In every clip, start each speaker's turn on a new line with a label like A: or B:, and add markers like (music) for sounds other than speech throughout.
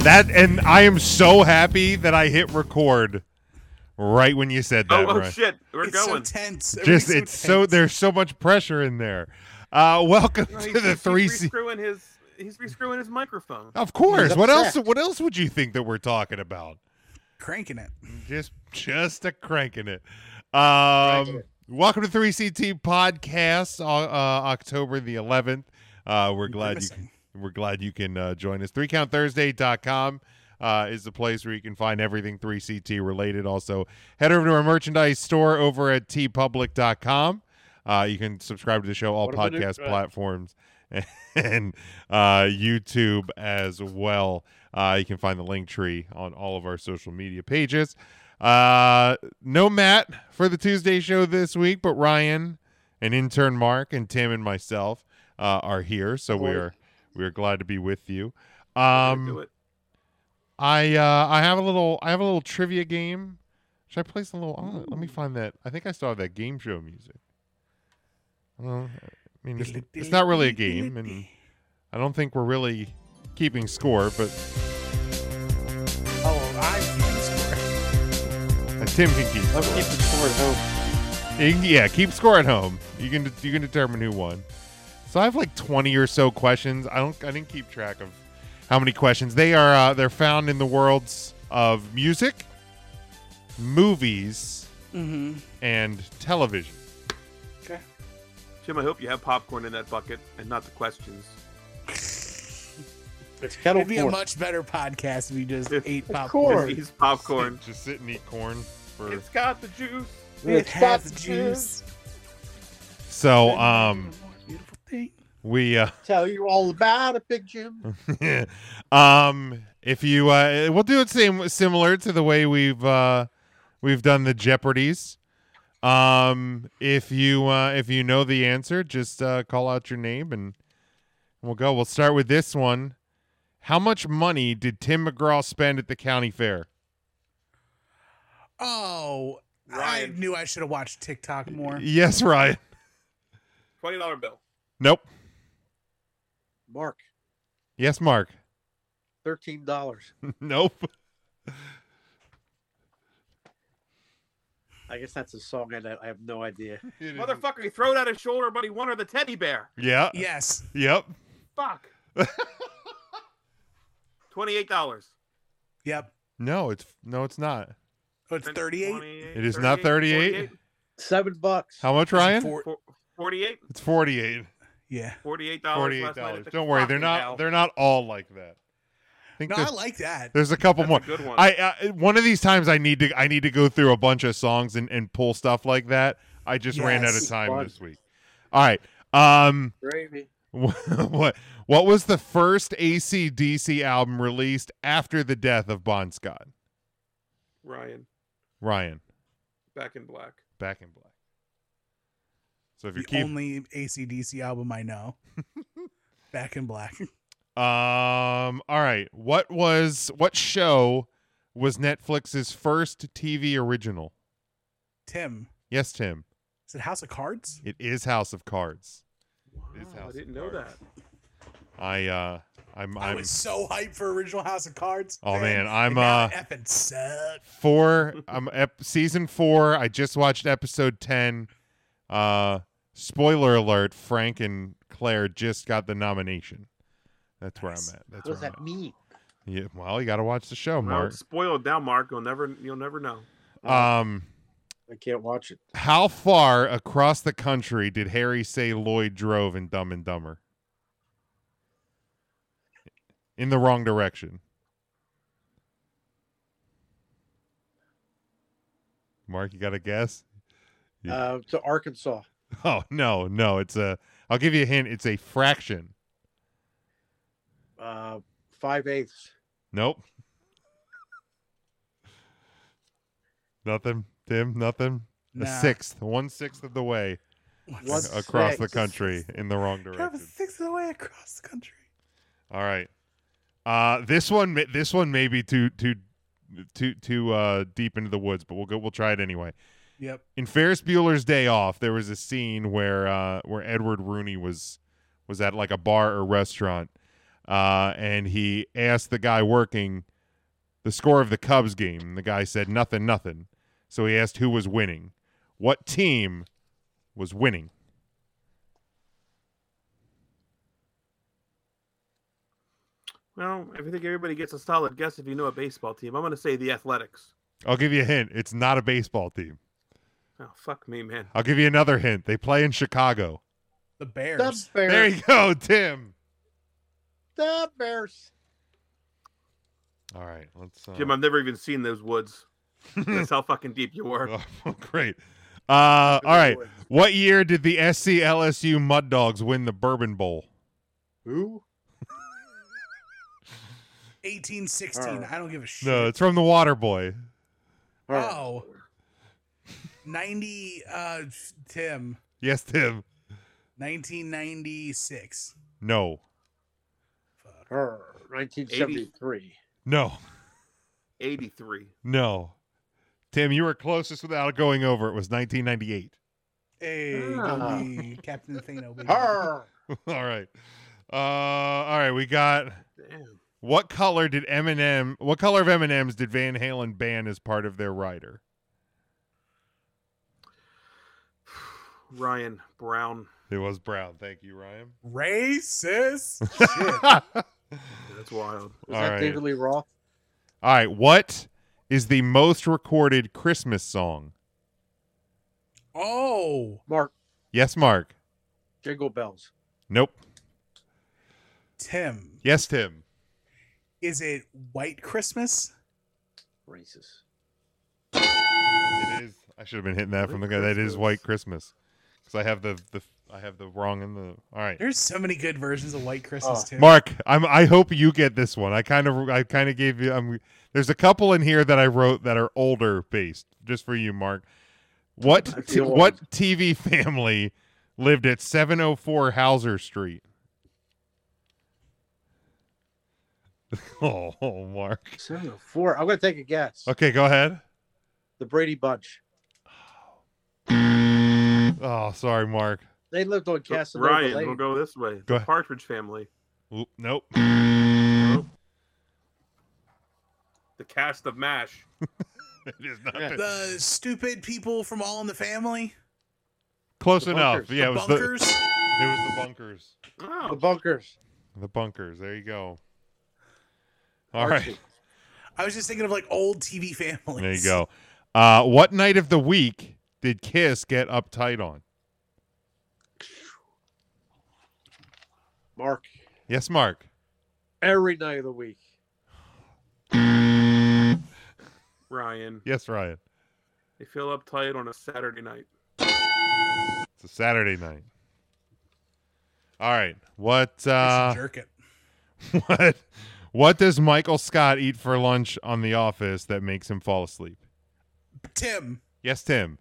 A: That and I am so happy that I hit record right when you said
B: Oh,
A: that.
B: oh
A: Ryan.
B: shit, we're
C: it's
B: going.
C: so tense. (laughs)
A: Just
C: Everything's
A: it's so
C: tense.
A: there's so much pressure in there. Uh, welcome
B: No,
A: to the
B: he's,
A: three
B: he's
A: C.
B: rescrewing his. He's rescrewing his microphone.
A: Of course.
D: He's
A: What else?
D: upset.
A: What else would you think that we're talking about?
C: cranking it.
A: Just just a cranking it. Um,
D: Cranking it.
A: welcome to three CT podcast, uh, uh, October the 11th. Uh, we're glad you
C: Grimacing.
A: We're glad you can uh, join us. 3countthursday.com uh, is the place where you can find everything 3CT related. Also, head over to our merchandise store over at tpublic.com. Uh, you can subscribe to the show, all
D: What have we
A: podcast
D: done?
A: platforms, (laughs) and uh, YouTube as well. Uh, you can find the link tree on all of our social media pages. Uh, no Matt for the Tuesday show this week, but Ryan and intern Mark and Tim and myself uh, are here, so we
D: Morning.
A: are we are glad to be with you.
B: We're gonna do
A: Um,
B: it.
A: I uh, I have a little I have a little trivia game. Should I play some little? oh, let me find that. I think I still have that game show music. Well, I mean, it's, it's not
C: (laughs)
A: really a game, and I don't think we're really keeping score, but
C: Oh, I'm keeping score.
A: uh, Tim can keep.
D: Mm. Let's keep the score at home.
A: You can- Yeah, keep score at home. You can you can determine who won. So I have like twenty or so questions. I don't I didn't keep track of how many questions. They are uh, they're found in the worlds of music, movies,
C: Mm-hmm.
A: and television.
D: Okay.
B: Jim, I hope you have popcorn in that bucket and not the questions.
D: It's kettle
C: It'd be a
D: corn.
C: much better podcast if we just
B: Of
C: ate
D: course.
C: popcorn.
B: Just eat popcorn.
A: Just sit and eat corn for.
B: It's got the juice.
C: It
D: It's got
C: has
D: the
C: juice.
A: So um
C: Beautiful thing.
A: we uh,
D: Tell you all about it, Big
A: Hmm.
D: Jim.
A: (laughs) um if you uh we'll do it same similar to the way we've uh we've done the jeopardies um if you uh if you know the answer just uh call out your name and we'll go we'll start with this one how much money did tim mcgraw spend at the county fair
C: Oh, I
B: Ryan.
C: knew I should have watched TikTok more.
A: yes ryan
B: Twenty dollar bill.
A: nope
D: Mark,
A: yes mark (laughs)
D: thirteen dollars.
A: nope
D: I guess that's a song, and I I have no idea.
B: Motherfucker, he throwed out his shoulder, but he won her the teddy bear.
A: yeah
C: Yes.
A: yep
B: Fuck.
A: (laughs)
B: Twenty-eight dollars.
C: Yep.
A: no it's no it's not
C: Oh, it's 38.
A: It is not 38.
D: Seven bucks.
A: how much ryan
C: Four-
B: Forty-eight.
A: it's 48
C: yeah.
B: Forty-eight dollars.
A: Forty-eight dollars. Don't worry, they're not
B: Hell.
A: they're not all like that. I think
C: No, I
A: there's,
C: like that.
A: there's a couple
B: That's
A: more.
B: a good one.
A: I, I one of these times I need to I need to go through a bunch of songs and, and pull stuff like that. I just ran out
C: Yes.
A: of time
D: Fun.
A: this week. All right. Um (laughs)
D: Gravy.
A: what what was the first ACDC album released after the death of Bon Scott?
B: Ryan,
A: Ryan,
B: back in black.
A: Back in Black. So if
C: The
A: you're keeping
C: only ACDC album
A: (laughs)
C: I know. Back in Black.
A: Um. All right. What was what show was Netflix's first TV original?
C: Tim.
A: Yes, Tim.
C: Is it House of Cards?
A: It is House of Cards.
B: Wow,
A: It is House
B: I
A: of
B: didn't know that.
A: Cards. I uh. I'm.
C: i
A: I'm
C: was so hyped for original House of Cards.
A: Oh, man,
C: and
A: I'm,
C: now
A: uh,
C: it effing suck.
A: four. I'm ep- season four. I just watched episode ten. Uh. Spoiler alert: Frank and Claire just got the nomination. That's where
C: Nice.
A: I'm at. That's
D: What does
A: where
D: that
A: I'm
D: mean?
A: at. Yeah. Well, you got to watch the show,
B: Well,
A: Oh, Mark.
B: it's spoiled now, Mark. You'll never, you'll never know.
A: Um.
D: I can't watch it.
A: How far across the country did Harry say Lloyd drove in Dumb and Dumber? In the wrong direction. Mark, you got a guess? (laughs) Yeah.
D: Uh, to Arkansas.
A: Oh no, no, it's a. I'll give you a hint. It's a fraction.
D: Uh, five eighths.
A: Nope. (laughs) nothing, Tim. Nothing.
C: Nah.
A: A sixth, one sixth of the way
C: What's-
D: One
A: ac- across the
D: sixth.
A: country in the wrong direction.
C: Travis six of the way across the country.
A: All right. Uh, this one, ma- this one may be too too too too uh, deep into the woods, but we'll go. We'll try it anyway.
C: Yep.
A: In Ferris Bueller's Day Off, there was a scene where uh, where Edward Rooney was was at like a bar or restaurant, uh, and he asked the guy working the score of the Cubs game. The guy said nothing, nothing. So he asked who was winning. What team was winning?
B: Well, I think everybody gets a solid guess if you know a baseball team. I'm going to say the Athletics.
A: I'll give you a hint. It's not a baseball team.
B: Oh, fuck me, man.
A: I'll give you another hint. They play in Chicago.
C: The Bears.
D: The Bears.
A: There you go, Tim.
D: The Bears.
A: All right, let's. Uh... (laughs)
B: Jim, I've never even seen those woods. That's (laughs) how fucking deep you were.
A: Oh, great. Uh, all right. What year did the SCLSU Mud Dogs win the Bourbon Bowl?
D: Who?
C: 1816.
D: Alright.
C: I don't give a shit.
A: No, it's from the Water Boy.
D: All right.
C: Oh.
A: (laughs)
C: 90 uh Tim,
A: Yes, Tim.
C: 1996.
A: No,
C: Fuck.
D: Arr, 1973.
A: no,
B: 83.
A: no. Tim, you were closest without going over. It was 1998.
C: Hey, go
D: Ah.
C: me, Captain Thano. baby.
D: Arr.
A: (laughs) all right. Uh, all right. We got
B: Damn. (sighs)
A: what color did Eminem? What color of M and M's did Van Halen ban as part of their rider?
B: Ryan Brown.
A: It was brown. Thank you, Ryan. (laughs)
C: Racist. Shit.
A: all
B: Yeah, That's wild.
D: Was that
A: right.
D: David Lee Roth?
A: right. What is the most recorded Christmas song?
C: Oh,
D: Mark,
A: Yes, Mark.
D: Jingle Bells.
A: Nope.
C: Tim.
A: Yes, Tim.
C: Is it White Christmas?
D: Racist.
A: It is. I should have been hitting that from the guy. That is White Christmas, because I have the the I have the wrong in the. All right,
C: There's so many good versions of White Christmas
D: Oh,
C: too.
A: Mark. I'm. I hope you get this one. I kind of. I kind of gave you. I'm. There's a couple in here that I wrote that are older based, just for you, Mark. What
D: I
A: t-
D: feel old.
A: what TV (laughs) family lived at 704 Hauser Street? (laughs) oh, Mark.
C: Hmm.
D: 704. I'm going to take a guess.
A: Okay, go ahead.
D: The Brady Bunch.
A: Oh, sorry, Mark.
D: They lived on
B: So,
D: Casanova
B: Ryan,
D: Lane.
B: we'll go this way.
A: Go
B: the
A: ahead.
B: Partridge Family.
A: Oop, nope. (laughs)
B: The cast of MASH.
A: it is not.
D: Yeah.
C: The stupid people from All in the Family.
A: Close
D: The
A: enough.
D: bunkers.
A: yeah, it
C: the
A: was the
C: bunkers.
A: it was the bunkers.
D: The
B: Oh,
D: Bunkers.
A: The bunkers. There you go. All right,
D: Archie.
C: I was just thinking of like old TV families.
A: There you go.
C: (laughs)
A: Uh, what night of the week did Kiss get uptight on?
D: Mark.
A: Yes, Mark.
D: Every night of the week.
B: Ryan.
A: Yes, Ryan.
B: They feel uptight on a Saturday night.
A: It's a Saturday night. All right. What
C: I
A: uh
C: should jerk it.
A: (laughs) what what does Michael Scott eat for lunch on the office that makes him fall asleep?
C: Tim,
A: Yes, Tim.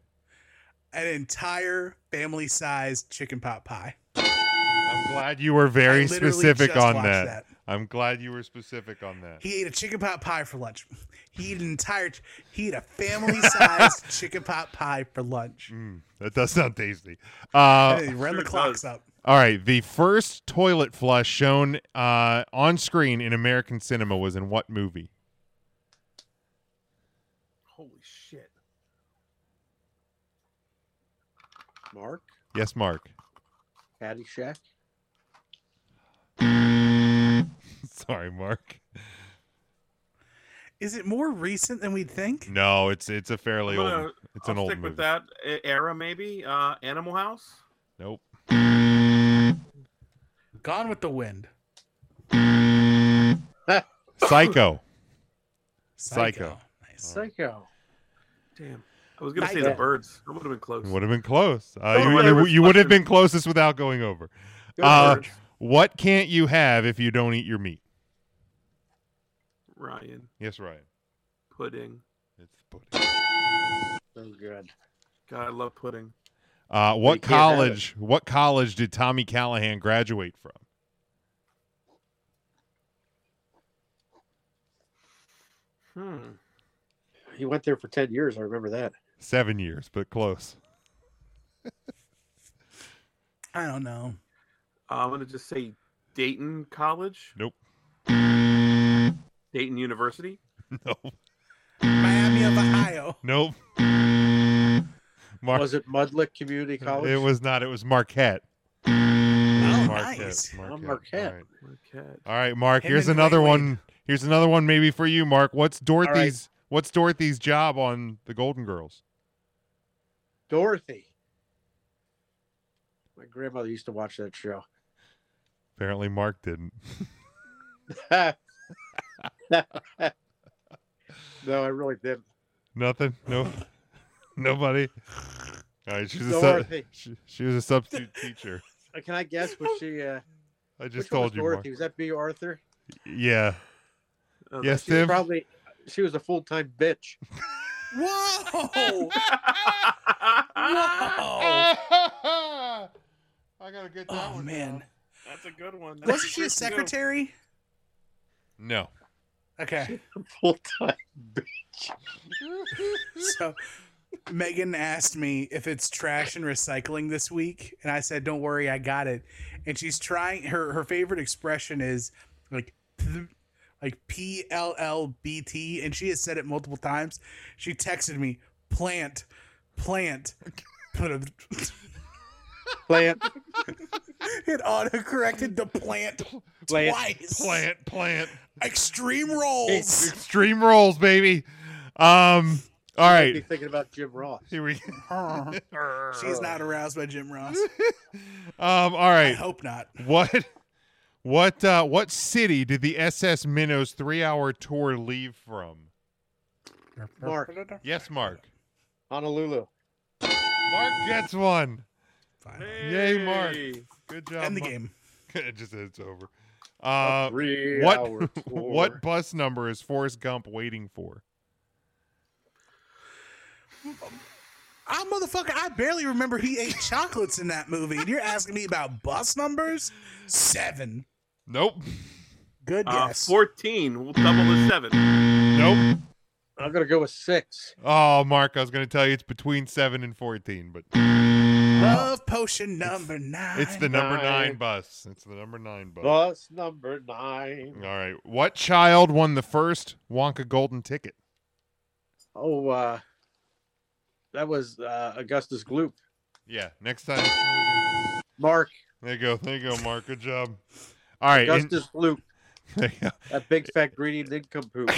C: an entire family-sized chicken pot pie.
A: I'm glad you were
C: I
A: very
C: literally
A: specific
C: just
A: on
C: watched
A: that. I'm glad you were specific on that.
C: He ate a chicken pot pie for lunch. He ate an entire. He ate a
A: (laughs)
C: family-sized chicken pot pie for lunch.
A: Mm, that does sound tasty. Uh,
C: Hey, he ran
B: sure
C: the clocks
B: does.
C: up.
A: all right. The first toilet flush shown uh, on screen in American cinema was in what movie?
B: Holy shit.
D: Mark.
A: Yes,
D: (laughs)
A: Mark.
D: Caddyshack.
A: Sorry, Mark.
C: Is it more recent than we'd think?
A: No, it's it's a fairly
B: I'm gonna-
A: old. It's
B: I'll
A: an old
B: stick
A: movie.
B: with that E- era, maybe. Uh, Animal House.
A: Nope.
C: Gone with the Wind.
A: Psycho. Psycho.
C: Nice.
D: Psycho.
B: Damn. I was gonna
C: Night
B: say the
D: Owl.
B: birds. I would have been close.
A: Would have been close. Uh,
B: Oh,
A: you
B: my
A: you, you would have
B: reflection.
A: been closest without going over.
D: Good
A: Uh,
D: word.
A: What can't you have if you don't eat your meat?
B: Ryan
A: Yes, Ryan.
B: pudding.
A: It's pudding.
D: So good.
B: God, I love pudding.
A: Uh,
D: You
A: what
D: can't have it.
A: college? What college did Tommy Callahan graduate from?
B: Hmm.
D: He went there for 10 years. I remember that.
A: Seven years, but close.
C: I don't know.
B: Uh, I'm gonna just say Dayton College.
A: Nope.
B: Dayton University.
A: Nope.
C: Miami of Ohio. (laughs)
D: (laughs)
A: Nope. Mar-
D: Was it Mudlick Community College?
A: it was not. It was Marquette.
C: Oh,
A: Marquette.
C: nice.
A: Marquette.
D: Oh, Marquette.
A: All right.
B: Marquette.
A: All right, Mark.
C: Him
A: here's
C: and Dwayne
A: another
C: Wade.
A: one. Here's another one, maybe for you, Mark. What's Dorothy's What's Dorothy's job on The Golden Girls?
D: Dorothy. My grandmother used to watch that show. (laughs)
A: Apparently, Mark didn't.
D: no, I really didn't.
A: Nothing. No. (laughs) Nobody. All right. She's a sub-
D: Dorothy.
A: (laughs) she, she was a substitute teacher.
D: Uh, Can I guess? Was she? Uh,
A: I (laughs)
D: which
A: just
D: one
A: told
D: was
A: you,
D: Dorothy.
A: Mark.
D: Was that B. Arthur? (laughs)
A: Yeah.
B: Oh,
A: Yes,
D: She was
A: Tim?
B: (laughs)
D: probably. She was a full time
A: (laughs)
D: bitch.
B: (laughs)
C: Whoa!
B: that's-
C: Whoa!
A: I gotta get
C: Oh man,
B: That's a good one. That's
C: wasn't she a
B: good.
C: secretary?
A: No.
C: Okay,
D: Full time.
C: (laughs) so Megan asked me if it's trash and recycling this week, and I said, "Don't worry, I got it." And she's trying her her favorite expression is like "Pth," like P L L B T, and she has said it multiple times. She texted me, "Plant, plant." Put a,
D: Plant.
C: it auto corrected the plant
D: Plant.
C: twice.
A: Plant, plant.
C: Extreme rolls.
A: Extreme rolls, baby. Um. All
D: Be
A: right.
D: thinking about Jim Ross.
A: Here we. (laughs)
C: She's not aroused by Jim Ross.
A: Um. All
C: I
A: right.
C: hope not.
A: What? What? Uh, what city did the SS Minnow's three-hour tour leave from?
D: Mark.
A: Yes, Mark.
D: Honolulu.
A: Mark gets one.
C: Fine.
A: Yay, Mark.
B: Hey.
A: Good job.
C: End the
A: Mark.
C: game.
A: (laughs) it just it's over. Uh,
D: Three
A: what- (laughs)
D: hour tour.
A: what bus number is Forrest Gump waiting for?
C: I motherfucker, I barely remember he ate (laughs) chocolates in that movie. And you're asking me about bus numbers? Seven.
A: Nope.
C: Good
B: Uh,
C: guess.
B: 14. We'll double the seven.
A: Nope.
D: I'm gonna go with six.
A: Oh, Mark, I was going to tell you it's between seven and fourteen, but
C: Love potion number nine.
A: it's the number
D: Nine.
A: nine bus. It's the number nine bus.
D: Bus number nine.
A: All right. What child won the first Wonka Golden Ticket?
D: Oh, uh, that was uh, Augustus Gloop.
A: Yeah. Next time.
D: Mark
A: There you go. There you go, Mark. Good job. All right. and-
D: Augustus Gloop,
A: (laughs) there you go.
D: that big fat greedy nincompoop.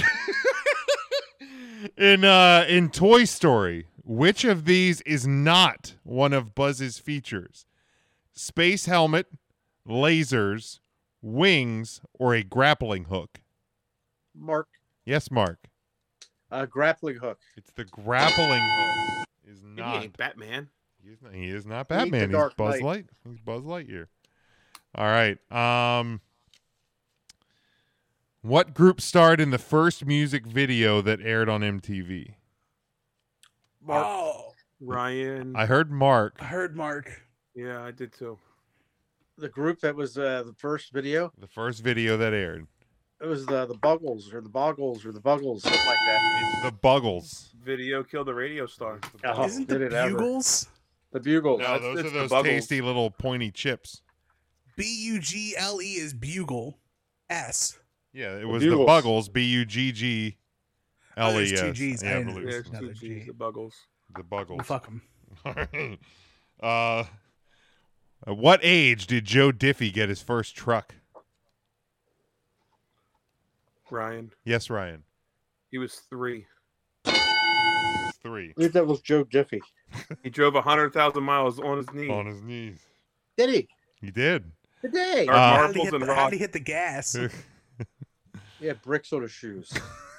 A: In uh in Toy Story, which of these is not one of Buzz's features? Space helmet, lasers, wings, or a grappling hook?
D: Mark,
A: Yes, Mark.
D: uh, grappling hook.
A: It's the grappling hook. Is
B: He
A: not.
B: ain't Batman.
A: He is not, he is not
D: He ain't the
A: Batman. He's
D: Dark
A: Buzz
D: Knight.
A: Light. He's Buzz Lightyear. All right. Um What group starred in the first music video that aired on MTV?
D: Mark,
C: Oh,
B: Ryan.
A: I heard Mark.
C: I heard Mark.
B: yeah, I did too.
D: the group that was uh, the first video.
A: The first video that aired.
D: It was the the Buggles or the Boggles or the Buggles, something like that.
A: It's the Buggles.
B: Video killed a radio star.
D: Oh,
C: Isn't the
D: did it ever.
C: Bugles?
D: The Bugles.
A: No,
D: That's-
A: those
D: it's
A: are
D: the
A: those
D: Buggles.
A: tasty little pointy chips.
C: B U G L E is bugle. S.
A: Yeah, it was the
D: Bugles.
A: Buggles. B U G G
C: Oh,
A: L
C: there's
A: E
C: two
A: S.
C: Gs. I
A: Yeah, I
C: didn't-
A: believe
B: There's
A: it's
C: Another
B: two
C: G.
B: G's, the Buggles.
A: the
C: Well,
A: Buggles.
C: fuck him.
A: (laughs) All right. Uh, at what age did Joe Diffie get his first truck?
B: Ryan.
A: Yes, Ryan.
B: He was three.
A: He was three
D: I believe that was Joe Diffie.
B: He drove 100,000 miles on his knee.
A: on his knees.
D: Did he?
A: He did.
D: Today.
B: Or
A: Uh,
C: How'd he,
B: marbles
C: hit
B: and
C: the, how'd
B: rocks.
C: he hit
A: (laughs)
C: the gas?
D: He had bricks on his shoes.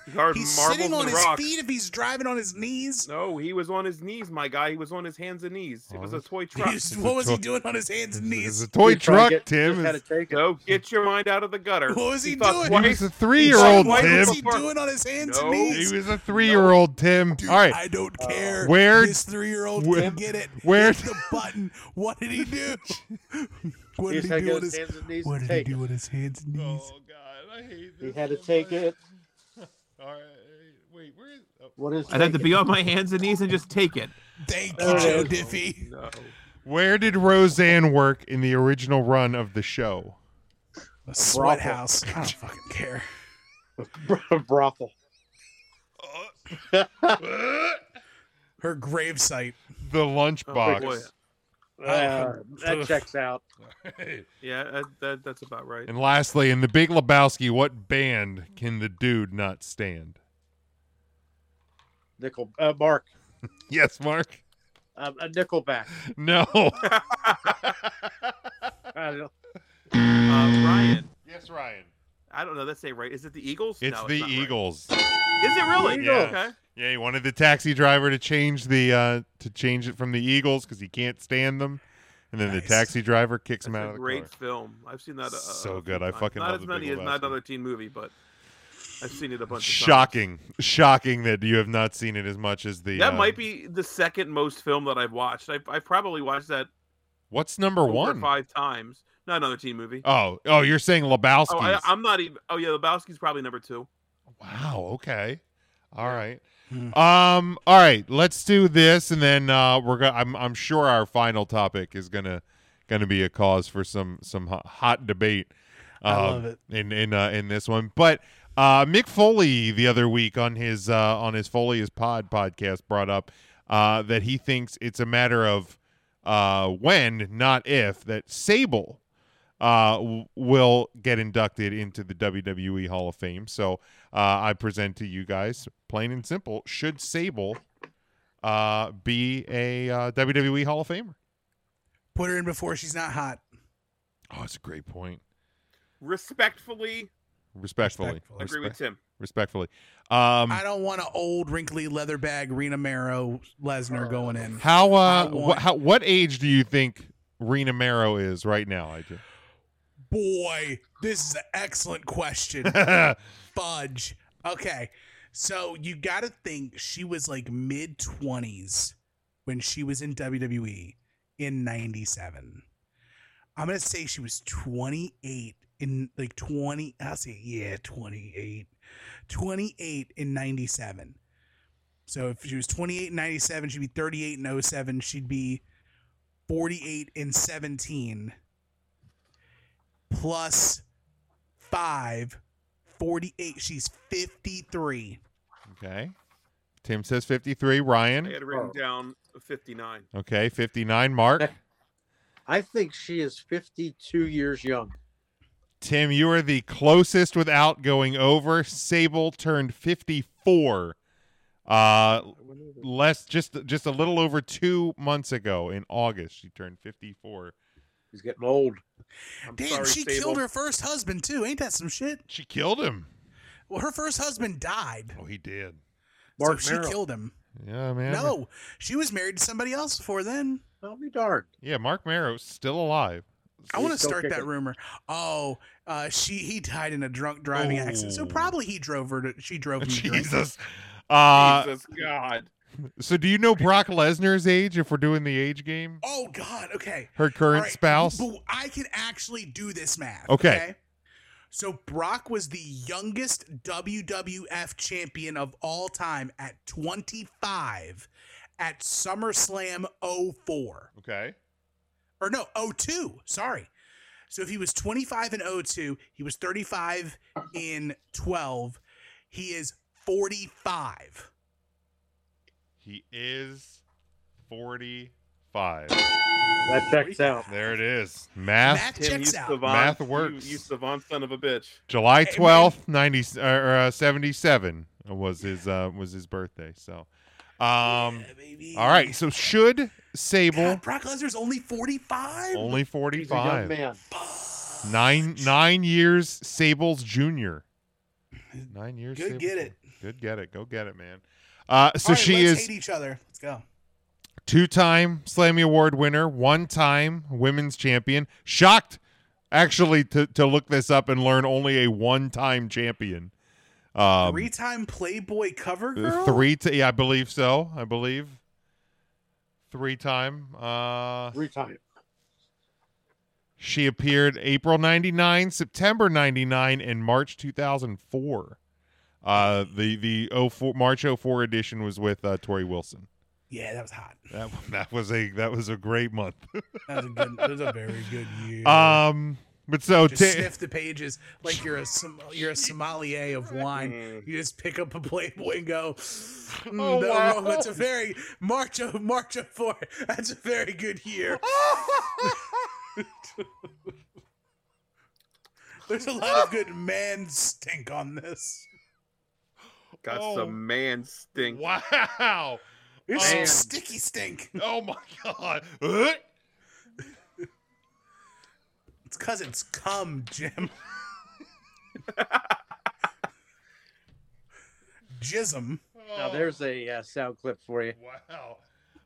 B: He guarded
C: He's
B: marbles
C: sitting on
B: and
C: his
B: rocks.
C: feet if he's driving on his knees.
B: No, he was on his knees, my guy. He was on his hands and knees. It was a
A: Honest. (laughs)
B: toy truck.
C: He's-
A: It's
C: (laughs) what
A: a
C: was
A: toy-
C: he doing on his hands and
A: It's
C: knees?
A: a toy
D: He tried
A: truck,
D: to get-
A: Tim.
D: just Had to
A: It's-
D: take it.
B: Go get your mind out of the gutter.
C: What was he
B: thought
C: doing?
A: He
B: twice.
A: was a three-year-old,
B: Why-
C: What
A: Tim.
C: was he doing on his hands
B: No.
C: and knees?
A: He was a three-year-old, Tim.
C: Dude,
A: All right.
C: I don't
D: Uh,
C: care.
A: Where-
C: this three-year-old
A: where-
C: can get it.
A: where-
C: Hit the button. What did he
D: (laughs)
C: do? What
D: He
C: did
D: just
C: he
D: had to
C: do
D: get
C: with
D: his
C: his?
D: hands and knees
C: What
D: and
C: did he
D: take it.
C: do with his hands and knees?
A: Oh God, I hate
D: He
A: this.
D: had to
A: so
D: take
A: much.
D: it.
A: (laughs) All right, wait, where is? Oh.
D: What is
B: I'd have to be on my hands and knees and just take it.
C: Thank you,
D: Oh,
C: Joe
D: no.
C: Diffie.
B: No.
A: Where did Roseanne work in the original run of the show?
C: A sweat house. I don't fucking care.
D: (laughs) brothel.
C: Her grave site.
A: The
B: Oh, boy.
A: lunchbox.
D: Uh, that
C: Ugh.
D: checks out.
B: Yeah, that, that, that's about right.
A: and lastly, in the Big Lebowski, what band can the dude not stand?
D: Nickel, uh, Mark,
A: Yes, Mark.
D: um, a Nickelback.
A: No. (laughs)
D: I don't know. (laughs)
B: Uh, Ryan,
A: yes, Ryan.
B: I don't know. That's ain't right. Is it the Eagles?
A: It's
B: No,
A: the
B: not right.
A: Eagles.
B: Is it really?
A: Yeah.
B: Okay.
A: Yeah, he wanted the taxi driver to change the uh to change it from the Eagles because he can't stand them, and then the
C: Nice.
A: taxi driver kicks him
B: That's
A: out
B: a
A: of the
B: great
A: car.
B: film. I've seen that. A, a-
A: So
B: a
A: good.
B: few
A: I
B: times.
A: fucking
B: Not
A: love
B: as
A: The Big
B: many as not
A: Lebowski.
B: another teen movie, but I've seen it a bunch.
A: Shocking, shocking that you have not seen it as much as the.
B: Of times. That
A: uh,
B: might be the second most film that I've watched. I've, I've probably watched that
A: What's number
B: four or
A: one?
B: five times. Not another teen movie.
A: Oh, oh, you're saying Lebowski's.
B: Oh, I, I'm not even. Oh yeah, Lebowski's probably number two.
A: Wow. Okay. All right.
C: Hmm.
A: Um. All right. Let's do this, and then uh, we're gonna. I'm. I'm sure our final topic is gonna gonna be a cause for some some ho- hot debate.
C: I
A: um,
C: love it.
A: In in uh, in this one, but uh, Mick Foley the other week on his uh, on his Foley is Pod podcast brought up uh, that he thinks it's a matter of uh, when, not if, that Sable uh, w- will get inducted into the WWE Hall of Fame. So uh, I present to you guys, plain and simple, should Sable uh, be a uh, WWE Hall of Famer?
C: Put her in before she's not hot.
A: Oh, that's a great point.
B: Respectfully,
A: Respectfully,
C: Respectfully.
B: agree with Tim.
A: respectfully. Um,
C: I don't want an old wrinkly leather bag Rena Marrow
D: Oh.
C: Lesnar going in.
A: how uh,
C: I
A: wh-
C: want-
A: how, what age do you think Rena Marrow is right now? (laughs) I
C: Boy, this is an excellent (laughs) question.
A: do.
C: Fudge. Okay. So you got to think she was like mid 20s when she was in WWE in 97. I'm going to say she was 28 in like 20. I'll say, yeah, 28. 28 in 97. So if she was 28 in 97, she'd be 38 in 07. She'd be 48 in 17 plus five 48. She's 53.
A: okay. Tim says 53. Ryan.
B: I had written
D: Oh.
B: down fifty-nine.
A: Okay, 59 Mark.
D: I think she is 52 years young.
A: Tim, you are the closest without going over. Sable turned 54 uh less just just a little over 2 months ago in August. She turned 54.
D: He's getting old.
B: I'm
C: Damn,
B: sorry,
C: she
B: Sable.
C: killed her first husband, too. Ain't that some shit?
A: She killed him.
C: Well, her first husband died.
A: Oh, he did.
D: Mark
C: so
D: Merrill.
C: she killed him.
A: Yeah, man.
C: No, she was married to somebody else before then.
D: I'll be darned.
A: Yeah, Mark Marrow's still alive.
C: I want to
D: She's still
C: start that
D: kicking.
C: rumor. Oh, uh, she he died in a drunk driving accident. So
A: Oh.
C: probably he drove her to she drove him to
A: (laughs)
C: drink.
A: Jesus. Uh
B: Jesus God.
A: so do you know Brock Lesnar's age if we're doing the age game?
C: Oh god, okay.
A: Her current
C: All right,
A: spouse?
C: But I can actually do this math.
A: Okay.
C: So Brock was the youngest WWF champion of all time at 25 at SummerSlam 04
A: Okay.
C: or no 02 sorry so if he was 25 in 02 he was 35 in 12 he is 45
A: He is 45.
D: That checks out.
A: There it is. Math.
C: Math
B: Tim, you
C: checks out.
B: savant.
A: Math
B: you-
A: works.
B: You, savant son of a bitch.
A: July
C: man.
A: 12th, 90 or uh, 77 was his uh, was his birthday. So um
C: Yeah, baby.
A: all right, so should Sable
C: God, Brock Lesnar's only 45
A: only
D: He's a young
A: 45.
D: man.
A: 9 9 years Sable's junior. 9 years
C: Good
A: Sable's
C: get
A: junior.
C: it.
A: Good get it. Go get it, man. Uh so
C: All right,
A: she
C: let's
A: is
C: hate each other let's go
A: two-time Slammy Award winner, one-time women's champion. Shocked, actually, to, to look this up and learn only a one-time champion. Um, uh,
C: three-time playboy cover girl
A: three, t- yeah, I believe so. I believe three-time. Uh,
D: Retired.
A: she appeared April 99, September 99, and March 2004. Uh, the the 04, March 04 edition was with uh, Tori Wilson.
C: yeah that was hot
A: That, (laughs) that was a that was a great month.
C: that was a good that was a very good
A: (laughs)
C: year
A: Um, But so
C: Just
A: ta-
C: sniff the pages like you're a som- you're a sommelier of
A: Mm.
C: wine. You just pick up a Playboy and go. "Mm,
E: Oh,
C: no,
E: wow.
C: no, that's a very March of March of four. That's a very
A: (laughs)
C: good year. There's a lot of good man stink on this.
B: Got
E: Oh.
B: some man stink.
A: wow.
C: There's
A: Man.
C: some sticky stink.
A: Oh my god. (laughs) Ugh.
C: It's cause it's cum, Jim. Jism.
D: Now there's a uh, sound clip for you.
A: Oh, Wow.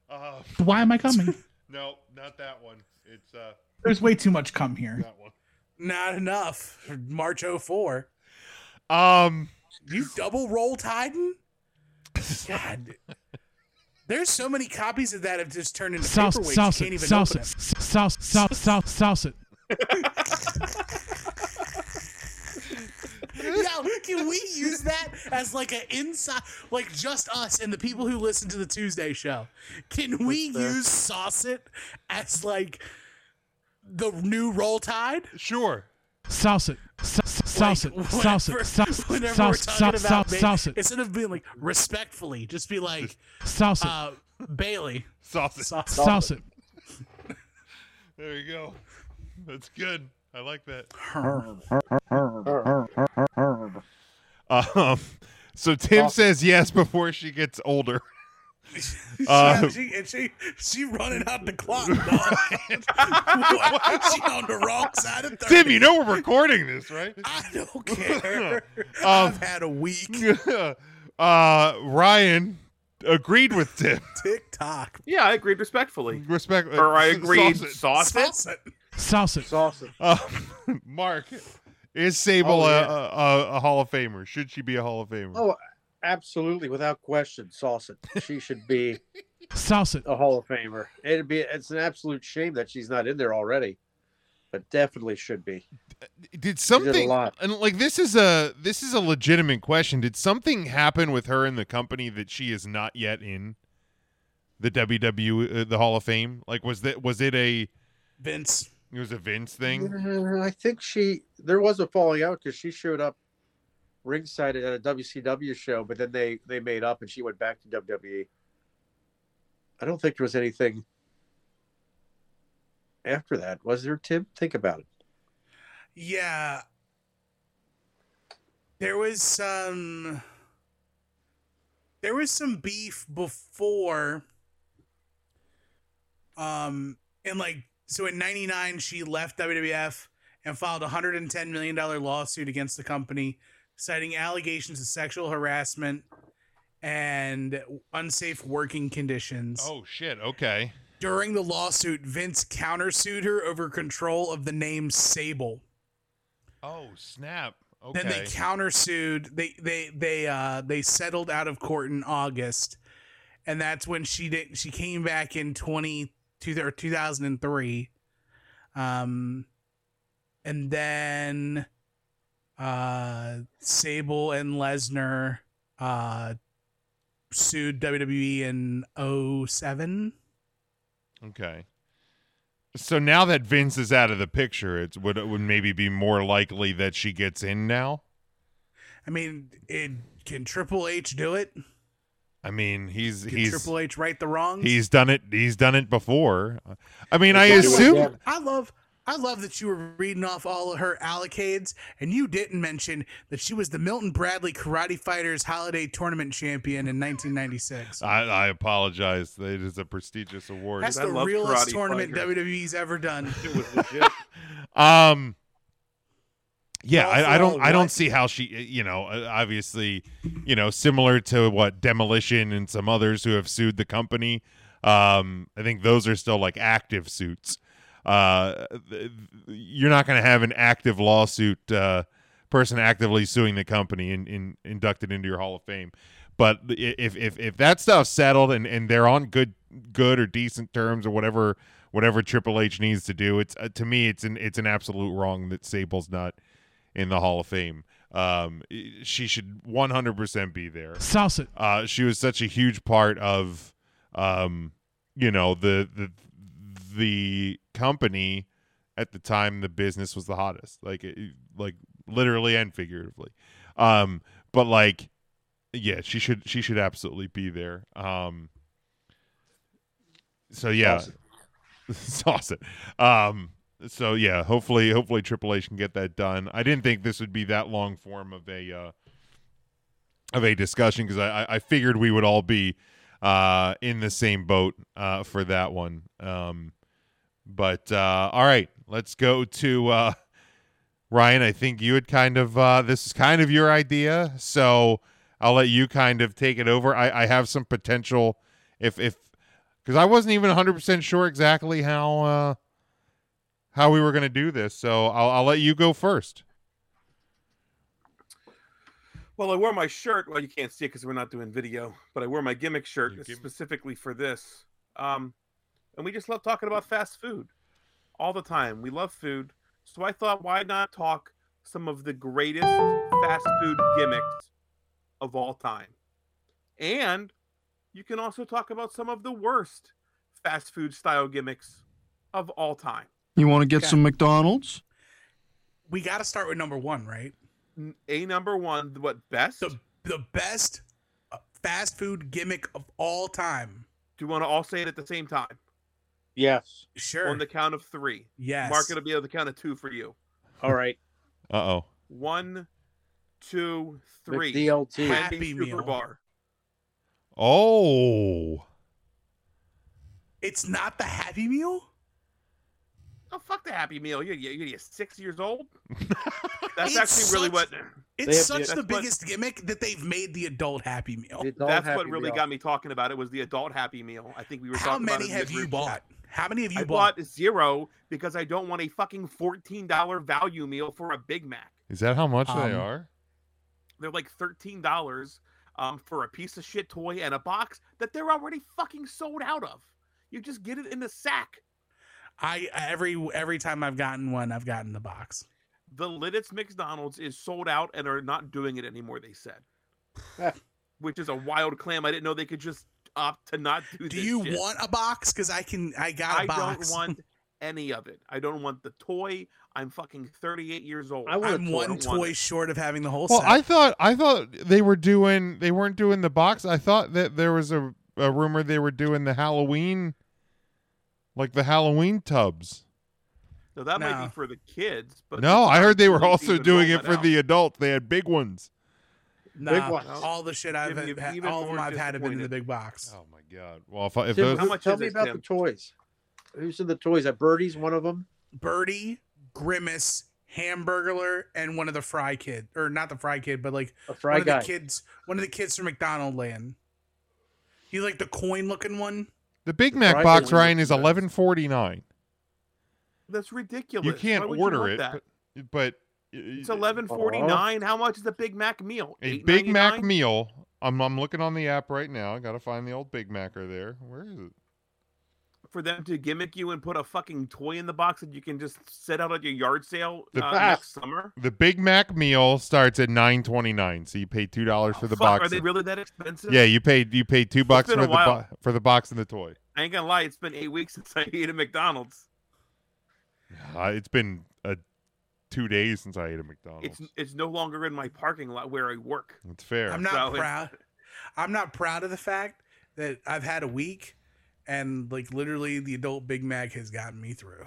A: Uh,
F: Why am
C: (laughs)
F: I coming?
A: no, not that one. It's uh
F: There's way too much cum here.
A: that one.
C: Not enough. for March 04.
A: Um
C: You double roll Titan? God. There's so many copies of that have just turned into
F: Sauce,
C: paperweights.
F: sauce
C: you
F: it,
C: can't even
F: sauce
C: open
F: it,
C: them.
F: sauce, sauce, sauce, sauce it.
C: Yo, can we use that as like an inside, like just us and the people who listen to the Tuesday show? Can we
B: fair.
C: use sauce it as like the new roll tide?
A: sure.
F: Sauce it, sauce, sauce it,
C: Like,
F: sauce it,
C: whenever-
F: sauce,
C: whenever
F: sauce,
C: we're talking
F: sauce,
C: about
F: sauce,
C: ba-
F: sauce it,
C: instead of being like respectfully, just be like
F: sauce it,
C: uh, Bailey.
A: Sausage.
C: Sauce.
F: sauce it.
A: There you go. That's good. I like that. Um so Tim
D: Awesome.
A: says yes before she gets older. (laughs)
C: Yeah, she, and she she running out the clock. dog. she on the wrong side of thirty.
A: Tim, you know we're recording this, right? (laughs)
C: I don't care.
A: Um,
C: I've had a week.
A: uh Ryan agreed with Tim.
C: TikTok.
B: Yeah, I agreed respectfully.
A: Respect
B: Or I
A: s-
B: agreed
A: sausage.
B: sauce it.
C: Sauce it.
F: Sauce it.
D: Sauce it.
A: Uh, (laughs) Mark, is Sable
D: Oh,
A: a-
D: yeah.
A: a, a, a Hall of Famer? Should she be a Hall of Famer?
D: Oh, absolutely, without question, sauce it. She should be
F: Sauce it.
D: a Hall of Famer. It'd be it's an absolute shame that she's not in there already, but definitely should be.
A: Did something
D: lot.
A: and like this is a this is a legitimate question. Did something happen with her in the company that she is not yet in the WWE uh, the Hall of Fame? Like was that was it a
C: Vince.
A: it was a Vince thing?
D: Uh, I think she there was a falling out because she showed up ringside at a WCW show, but then they they made up and she went back to WWE. I don't think there was anything after that. Was there, Tim? Think about it.
C: Yeah. There was some there was some beef before um and like so in 99 she left WWF and filed a 110 million dollar lawsuit against the company citing allegations of sexual harassment and unsafe working conditions.
A: Oh shit! Okay.
C: During the lawsuit, Vince countersued her over control of the name Sable.
A: Oh snap! Okay.
C: Then they countersued. They they they uh they settled out of court in August, and that's when she did. She came back in twenty two or two thousand and three, um, and then, uh, Sable and Lesnar, uh, sued WWE in 07.
A: Okay. So now that Vince is out of the picture, it would it would maybe be more likely that she gets in now.
C: I mean, it can Triple H do it?
A: I mean, he's
C: Can
A: he's
C: Triple H right the wrongs?
A: he's done it. He's done it before. I mean, I
D: Yeah, he
A: assume
D: was,
C: I love I love that you were reading off all of her allocades and you didn't mention that she was the Milton Bradley Karate Fighters Holiday Tournament Champion in 1996.
A: I, I apologize. It is a prestigious award.
C: That's
B: I
C: the
B: love
C: realest
B: Karate
C: tournament
B: Fighter.
C: WWE's ever done.
B: It was legit.
A: Um, yeah,
C: Raw
A: I, I
C: for
A: don't.
C: all
A: I don't
C: what?
A: see how she. You know, uh, obviously, you know, similar to what demolition and some others who have sued the company. Um, I think those are still like active suits. Uh, th- you're not going to have an active lawsuit uh, person actively suing the company and in, inducted into your Hall of Fame. But i- if if, if that stuff's settled and, and they're on good good or decent terms or whatever whatever Triple H needs to do, it's uh, to me it's an it's an absolute wrong that Sable's not in the Hall of Fame. Um, i- she should 100% be there.
F: Sauce it.
A: Uh, she was such a huge part of, um, you know, the the the company at the time the business was the hottest, like it, like literally and figuratively. Um, but like, yeah, she should she should absolutely be there. Um, so yeah,
D: Awesome.
A: (laughs) sauce it. Um, so yeah, hopefully, hopefully Triple H can get that done. I didn't think this would be that long form of a uh, of a discussion because I, I I figured we would all be uh, in the same boat uh, for that one. Um, but uh, all right, let's go to uh, Ryan. I think you had kind of uh, this is kind of your idea, so I'll let you kind of take it over. I, I have some potential if if because I wasn't even 100 percent sure exactly how uh, how we were going to do this. So I'll, I'll let you go first.
B: Well, I wore my shirt. Well, you can't see it because we're not doing video, but I wore my gimmick shirt
A: Your gimmick.
B: specifically for this. Um, and we just love talking about fast food all the time. We love food. So I thought, why not talk some of the greatest fast food gimmicks of all time? And you can also talk about some of the worst fast food style gimmicks of all time.
E: You want to get
C: Okay.
E: some McDonald's?
C: We got to start with number one, right?
B: N- A number one, what best?
C: The the best uh, fast food gimmick of all time.
B: Do you want to all say it at the same time
D: Yes.
C: Sure.
B: on the count of three?
C: yes.
B: Mark, it'll be on the count of two for you.
D: All right.
A: Uh oh.
B: One, two, three.
D: DLT.
B: Wendy's
C: Happy
B: Super
C: Meal.
B: Bar.
A: Oh.
C: It's not the Happy Meal.
B: Oh fuck the Happy Meal! You're, you're, you're six years
C: (laughs)
B: old. That's
C: It's
B: actually really what.
C: such- It's
D: have
C: such the
D: the-
B: That's what-
C: biggest gimmick that they've made the adult Happy Meal.
D: The adult
B: That's what
D: Happy
B: really
D: Meal.
B: got me talking about it was the adult Happy Meal. I think we were
C: How
B: talking about. it in
C: many
B: the
C: have you
B: group
C: bought?
B: chat.
C: How many have you
B: I bought zero because I don't want a fucking fourteen dollar value meal for a Big Mac.
A: Is that how much they
C: Um,
A: are?
B: They're like thirteen dollars um, for a piece of shit toy and a box that they're already fucking sold out of. You just get it in the sack.
C: I every every time I've gotten one, I've gotten the box.
B: the Lidditz McDonald's is sold out and are not doing it anymore. They said,
C: Eh.
D: Huh.
B: which is a wild claim. I didn't know they could just opt to not do.
C: Do
B: this
C: you
B: shit.
C: want a box? Because I can. I got a
B: I
C: box.
B: don't want any of it. I don't want the toy. I'm fucking 38 years old.
D: I want
C: I'm
D: toy. I
C: one
D: want
C: toy
B: it.
C: short of having the whole
A: Well,
C: set.
A: I thought I thought they were doing they weren't doing the box. I thought that there was a, a rumor they were doing the Halloween like the Halloween tubs.
B: So that might
C: No.
B: be for the kids. But
A: no, I heard they were
B: McDonald's
A: also
B: even
A: doing
B: rolled
A: it
B: that
A: for
B: out.
A: the adults. They had big ones.
C: Nah,
D: Big one.
C: all the shit I've
B: Even-
C: had,
B: even
C: all of them
B: more
C: I've had have been in the
B: disappointed.
C: big box.
A: Oh my god. Well, if, I- if
D: Tim,
A: those
D: who-
B: How much
D: tell
B: is
D: me
B: it,
D: about
B: Tim?
D: the toys. Who's in the toys? That Birdie's one of them.
C: Birdie, Grimace, Hamburglar, and one of the Fry Kid, or not the Fry Kid, but like
D: A
C: one
D: fry
C: of
D: guy.
C: the kids, one of the kids from McDonald Land. You like the coin looking one?
A: the Big Mac
D: Right,
A: box,
B: the one
A: Ryan,
B: with
A: is
B: the nuts.
A: eleven forty nine.
B: That's ridiculous.
A: You
B: Why
A: can't
B: would
A: order
B: want
A: it,
B: that?
A: but, but uh,
B: It's 11.49. How much is a Big Mac meal?
A: a Big Mac
B: $8.99?
A: meal. I'm I'm looking on the app right now. I gotta find the old Big Macker there. Where is it?
B: for them to gimmick you and put a fucking toy in the box that you can just set out at your yard sale
A: The-
B: uh, next summer.
A: The Big Mac meal starts at nine twenty nine, so you pay two dollars for the
B: Oh, Fuck,
A: box.
B: Are they really that expensive?
A: Yeah, you paid you paid two bucks
B: been
A: for
B: a
A: the bo-
B: while.
A: for the box and the toy.
B: I ain't gonna lie, it's been eight weeks since I (laughs) ate at McDonald's.
A: Uh, it's been uh, two days since I ate at McDonald's.
B: It's it's no longer in my parking lot where I work.
A: It's fair.
C: I'm not
B: So it's-
C: proud. I'm not proud of the fact that I've had a week, and like literally the adult Big Mac has gotten me through.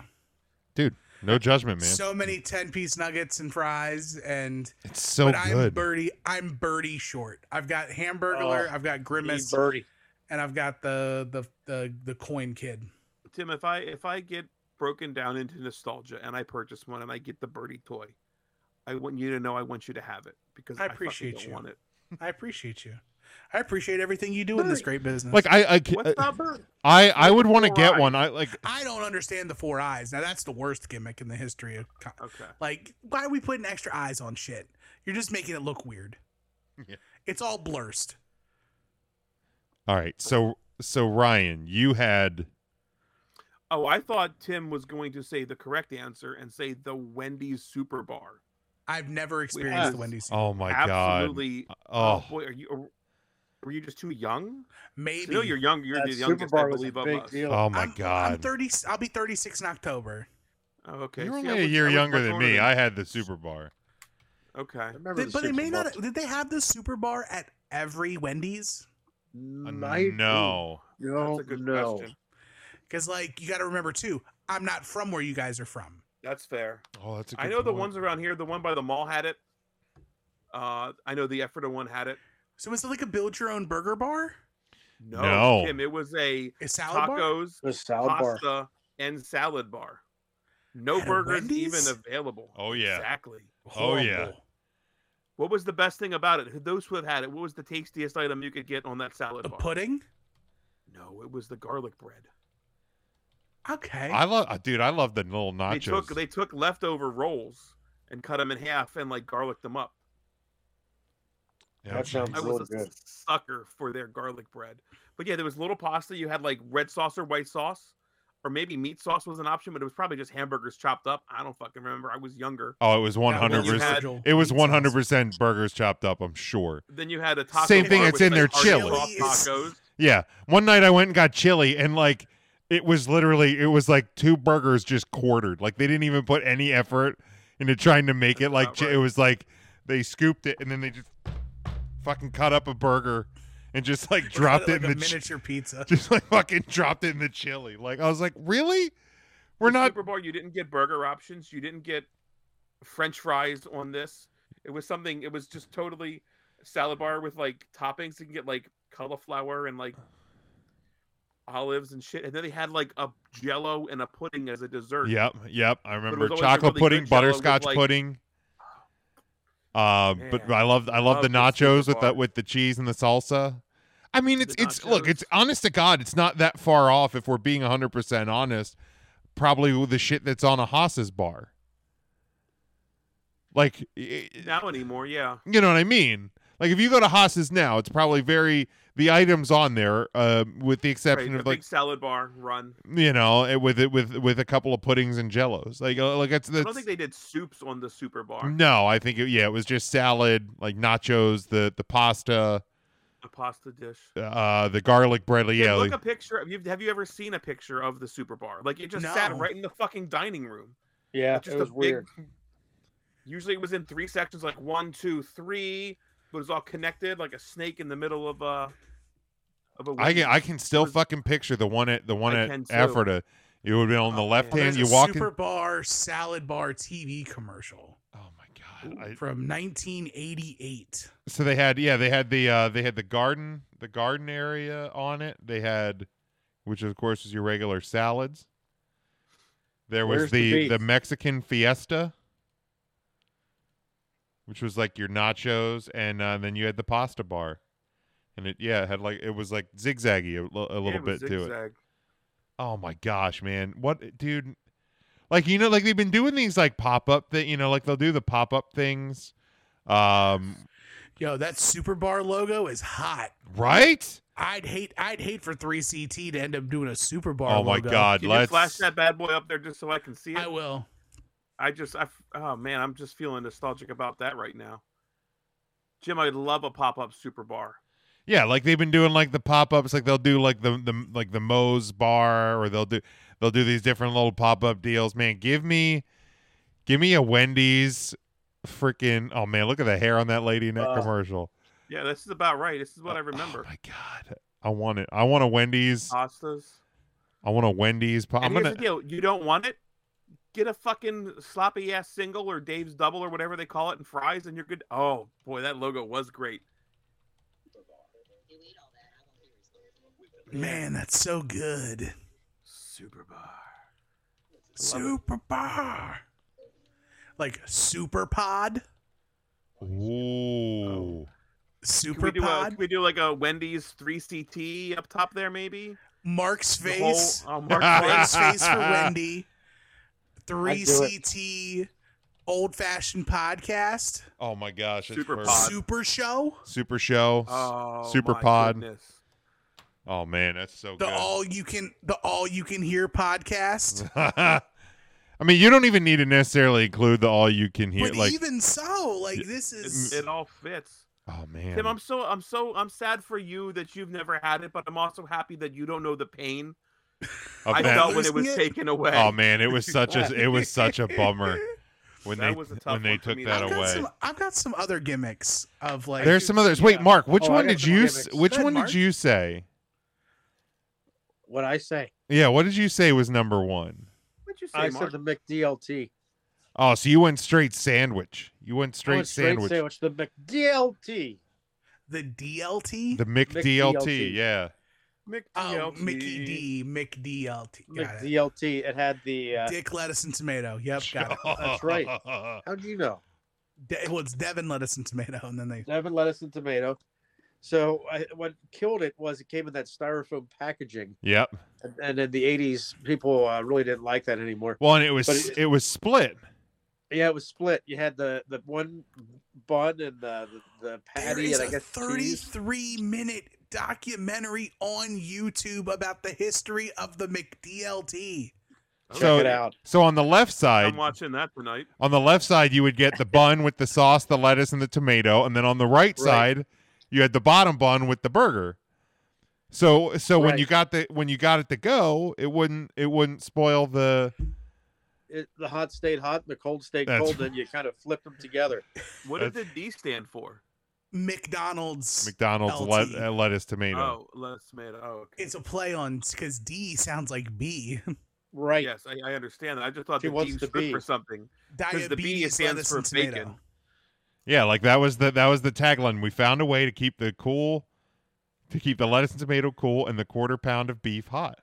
A: no judgment, man.
C: So many ten piece nuggets and fries, and
A: it's so
C: but I'm
A: good.
C: birdie. I'm birdie short. I've got Hamburglar,
D: Oh,
C: I've got Grimace,
D: Birdie.
C: and I've got the the the the coin kid.
B: Tim, if I if I get broken down into nostalgia and I purchase one and I get the birdie toy, I want you to know I want you to have it because
C: I
B: fucking
C: appreciate
B: don't
C: you.
B: want it.
C: I appreciate you. I appreciate everything you do in this great business.
A: like I I
B: What's not bird?
A: I, I would want to
B: four
A: get
B: eyes?
A: one. I like
C: I don't understand the four eyes. Now that's the worst gimmick in the history of. co-
B: Okay.
C: Like, why are we putting extra eyes on shit? You're just making it look weird.
A: Yeah.
C: It's all blurst.
A: All right. So so Ryan, you had
B: Oh, I thought Tim was going to say the correct answer and say the Wendy's Super Bar.
C: I've never experienced
B: have-
C: the Wendy's.
A: Oh my
B: Absolutely.
A: god.
B: Oh.
A: Oh.
B: boy, are you are, were you just too young?
C: Maybe.
B: No, you're younger. You're
D: That
B: the
D: Super
B: youngest, I
D: Bar was a
B: believe, of
D: big
B: us.
D: deal.
A: Oh my
C: I'm, I'm
A: god.
C: thirty. I'll be thirty six in October.
B: Oh, okay.
A: You're
B: See,
A: only
B: I
A: a
B: was-
A: year
B: I was
A: younger
B: much
A: than
B: older
A: me. I had the super bar.
B: Okay.
D: I remember
C: They-
D: the
C: but they
D: Super
C: may
D: Bowl.
C: not. Did they have the super bar at every
A: Uh,
C: Wendy's?
D: Mm, I-
A: no.
D: no,
B: That's a good
D: no.
B: question.
C: Because like you got to remember too, I'm not from where you guys are from.
B: That's fair.
A: Oh, that's a good
B: I know the
A: point.
B: ones around here. The one by the mall had it. Uh, I know the Effort one had it.
C: So is it like a build your own burger bar?
B: No,
A: No.
B: Tim, it was a
C: A salad bar?
B: tacos,
D: The salad
B: pasta,
D: bar.
B: and salad bar. No
C: At a
B: burgers
C: Wendy's?
B: even available.
A: Oh yeah.
B: Exactly.
A: Oh, yeah.
C: Horrible.
B: What was the best thing about it? Those who have had it, what was the tastiest item you could get on that salad
C: A
B: bar?
C: pudding?
B: No, it was the garlic bread.
C: Okay.
A: I love, dude. I love the little nachos.
B: They took they took leftover rolls and cut them in half and like garlicked them up.
A: Yeah.
D: That sounds-
B: I
D: It's
B: was a
D: really good.
B: sucker for their garlic bread. But yeah, there was little pasta. You had like red sauce or white sauce, or maybe meat sauce was an option, but it was probably just hamburgers chopped up. I don't fucking remember. I was younger.
A: Oh, it was one
C: That
A: hundred
C: was
B: you
A: percent.
B: had-
C: original
A: It was
C: pizza.
A: one hundred percent burgers chopped up. I'm sure.
B: Then you had a taco.
A: Same thing,
B: bar
A: it's
B: with,
A: in
B: like,
A: their
B: hard
A: chili.
B: soft Tacos.
A: Yeah. One night I went and got chili, and like it was literally, it was like two burgers just quartered. Like they didn't even put any effort into trying to make it.
B: That's
A: Like
B: not
A: chi-
B: right.
A: it was like they scooped it and then they just fucking cut up a burger and just
B: (laughs)
A: like dropped
C: Kinda
A: it
C: like
A: in
C: a
A: the chi-
C: miniature pizza.
A: (laughs) just like fucking dropped it in the chili. Like I was like, really? We're
B: The
A: not.
B: Super Bowl. You didn't get burger options. You didn't get French fries on this. It was something. It was just totally salad bar with like toppings. You can get like cauliflower and like olives and shit. And then they had like a Jello and a pudding as a dessert.
A: Yep, yep. I remember
B: always a
A: chocolate
B: really
A: pudding,
B: good Jell-O with,
A: butterscotch
B: like-
A: pudding. Uh, but
B: Man,
A: I love I
B: love
A: love the
B: the
A: nachos
B: super
A: with the
B: bars.
A: with the cheese and the salsa. I mean, it's
B: The
A: it's look, it's
B: nachos.
A: honest to God, it's not that far off if we're being hundred percent honest. Probably with the shit that's on a Haas's bar. Like i- i- (laughs)
B: Now anymore, yeah.
A: you know what I mean? Like if you go to Haas's now, it's probably very the items on there, uh, with the
B: Right,
A: exception
B: the
A: of like
B: big salad bar run.
A: you know, it- with it with with a couple of puddings and jellos. Like uh, like it's
B: I
A: that's,
B: don't think they did soups on the super bar.
A: No, I think it, yeah, it was just salad, like nachos, the the pasta,
B: A pasta dish.
A: uh, the garlic bread. like,
B: Dude,
A: Yeah,
B: look
A: like,
B: a picture. Of, you've- have you ever seen a picture of the super bar? Like it just sat
C: No.
B: right in the fucking dining room.
D: Yeah,
B: It's just
D: it was
B: a
D: weird.
B: big. Usually it was in three sections, like one, two, three, but it was all connected, like a snake in the middle of a. Of a
A: I can I can still
B: was-
A: fucking picture the one at the one
B: I
A: at
B: can too.
A: Ephrata. It would be on the
B: Oh,
A: left
B: man.
A: hand.
C: There's
A: You
C: a
A: walk
C: super
A: in.
C: bar salad bar TV commercial
A: Oh my god! I,
C: from 1988.
A: so they had yeah they had the uh, they had the garden the garden area on it. They had, which of course is your regular salads. There was
D: Where's the
A: the the
D: beef?
A: Mexican fiesta, which was like your nachos, and uh, then you had the pasta bar, and it yeah it had like it was like zigzaggy a, li- a little bit to it. Oh my gosh, man. What dude like you know, like they've been doing these like pop up that you know, like they'll do the pop up things. Um
C: Yo, that super bar logo is hot.
A: right?
C: I'd hate I'd hate for 3CT to end up doing a super bar
A: oh my
C: logo.
A: god,
B: Can you
A: let's
B: flash that bad boy up there just so I can see it?
C: I will.
B: I just, I, f- oh man, I'm just feeling nostalgic about that right now. Jim, I'd love a pop up super bar.
A: Yeah, like they've been doing like the pop ups, like they'll do like the the like the Moe's bar or they'll do they'll do these different little pop up deals. Man, give me give me a Wendy's freaking oh man, look at the hair on that lady in that
D: Uh,
A: commercial.
B: Yeah, this is about right. This is what I remember.
A: Oh my god. I want it. I want a Wendy's.
B: Pastas.
A: I want a Wendy's. Po- I'm
B: and
A: gonna.
B: here's the deal: you don't want it, get a fucking sloppy ass single or Dave's double or whatever they call it, and fries, and you're good. Oh boy, that logo was great.
C: Man, that's so good.
B: Super bar.
C: Super bar. Like super pod,
A: Ooh.
B: Can we,
C: super
B: do a, can
C: pod,
B: we do like a Wendy's 3CT up top there, maybe?
C: Mark's
B: The
C: face,
B: whole- oh, Mark
A: (laughs)
C: Mark's
B: Twain's-
C: face for Wendy,
D: I'd
C: 3CT, old fashioned podcast,
A: Oh my gosh. that's
B: Super
A: perfect.
B: Pod.
C: super show,
A: Super show.
B: Oh,
A: Super
B: my
A: pod.
B: goodness.
A: oh man, that's so
C: the
A: good.
C: all you can the all you can
A: (laughs)
C: hear podcast.
A: I mean, you don't even need to necessarily include the all you can hear.
C: but
A: like,
C: even so, like
A: Yeah,
C: this is
B: It, it all fits.
A: oh man.
B: Tim, I'm so I'm so I'm sad for you that you've never had it, but I'm also happy that you don't know the pain
A: of
B: I
A: that.
B: felt when it
C: Losing
B: was
C: it?
B: taken away.
A: (laughs) oh man, it was such a it was such
B: (laughs)
A: a
C: (laughs)
A: bummer when
B: That
A: they
B: was a tough
A: when they
B: one for
A: took
B: me.
A: that
B: I've
C: I've got
A: away.
C: some. I've got some other gimmicks of like.
A: There's some others. Wait,
B: Yeah.
A: Mark, which
D: Oh, I
A: one
D: got
A: did
D: some
A: you
D: gimmicks.
A: s- which
C: Go ahead,
A: one
C: Mark.
A: did you say?
D: What I say,
A: Yeah, what did you say was number 1?
B: What'd you say,
D: I
B: Mark?
D: said the McDLT.
A: Oh, so you went straight sandwich. You went
D: I
A: straight,
D: went
A: sandwich.
D: sandwich. The McDLT.
C: the DLT.
A: The McDLT,
D: McDLT.
A: yeah.
C: oh,
B: McDLT.
C: Mickey D. McDLT. Got it.
D: McDLT. It had the. Uh,
C: Dick lettuce and tomato. Yep, got it.
A: (laughs)
D: That's right. how do you know?
C: De- well, it's Devin lettuce and tomato, and then they.
D: Devin lettuce and tomato. So I, what killed it was it came in that styrofoam packaging,
A: Yep.
D: and, and in the '80s, people uh, really didn't like that anymore.
A: Well, and it was
D: But
A: it,
D: it-
A: was split.
D: Yeah, it was split. You had the the one bun and the the, the
C: There
D: patty,
C: is
D: and (laughs) I
C: a
D: guess cheese.
C: 33 minute documentary on YouTube about the history of the McDLT.
B: Okay.
A: So-
D: Check it out.
A: So on the left side,
B: I'm watching that tonight.
A: on the left side you would get the bun with the sauce, the lettuce and the tomato, and then on the right,
D: Right.
A: side you had the bottom bun with the burger. So so when you
D: Right.
A: got the when you got it to go, it wouldn't it wouldn't spoil the
D: It, the hot stayed hot, and the cold stayed
A: That's-
D: cold, and you kind of flipped them together.
B: What did the D stand for?
C: McDonald's.
A: McDonald's
C: LT.
A: le- uh, lettuce tomato.
B: Oh, let's tomato. Oh, okay.
C: it's a play on because D sounds like B. (laughs)
D: Right.
B: Yes, I, I understand that. I just thought
D: She
B: the
D: wants
B: D
D: the
B: stood for
D: B.
B: something.
C: Diabetes
B: the B stands
C: lettuce
B: for
C: and tomato.
B: bacon.
A: Yeah, like that was the that was the tagline. We found a way to keep the cool to keep the lettuce and tomato cool and the quarter pound of beef hot.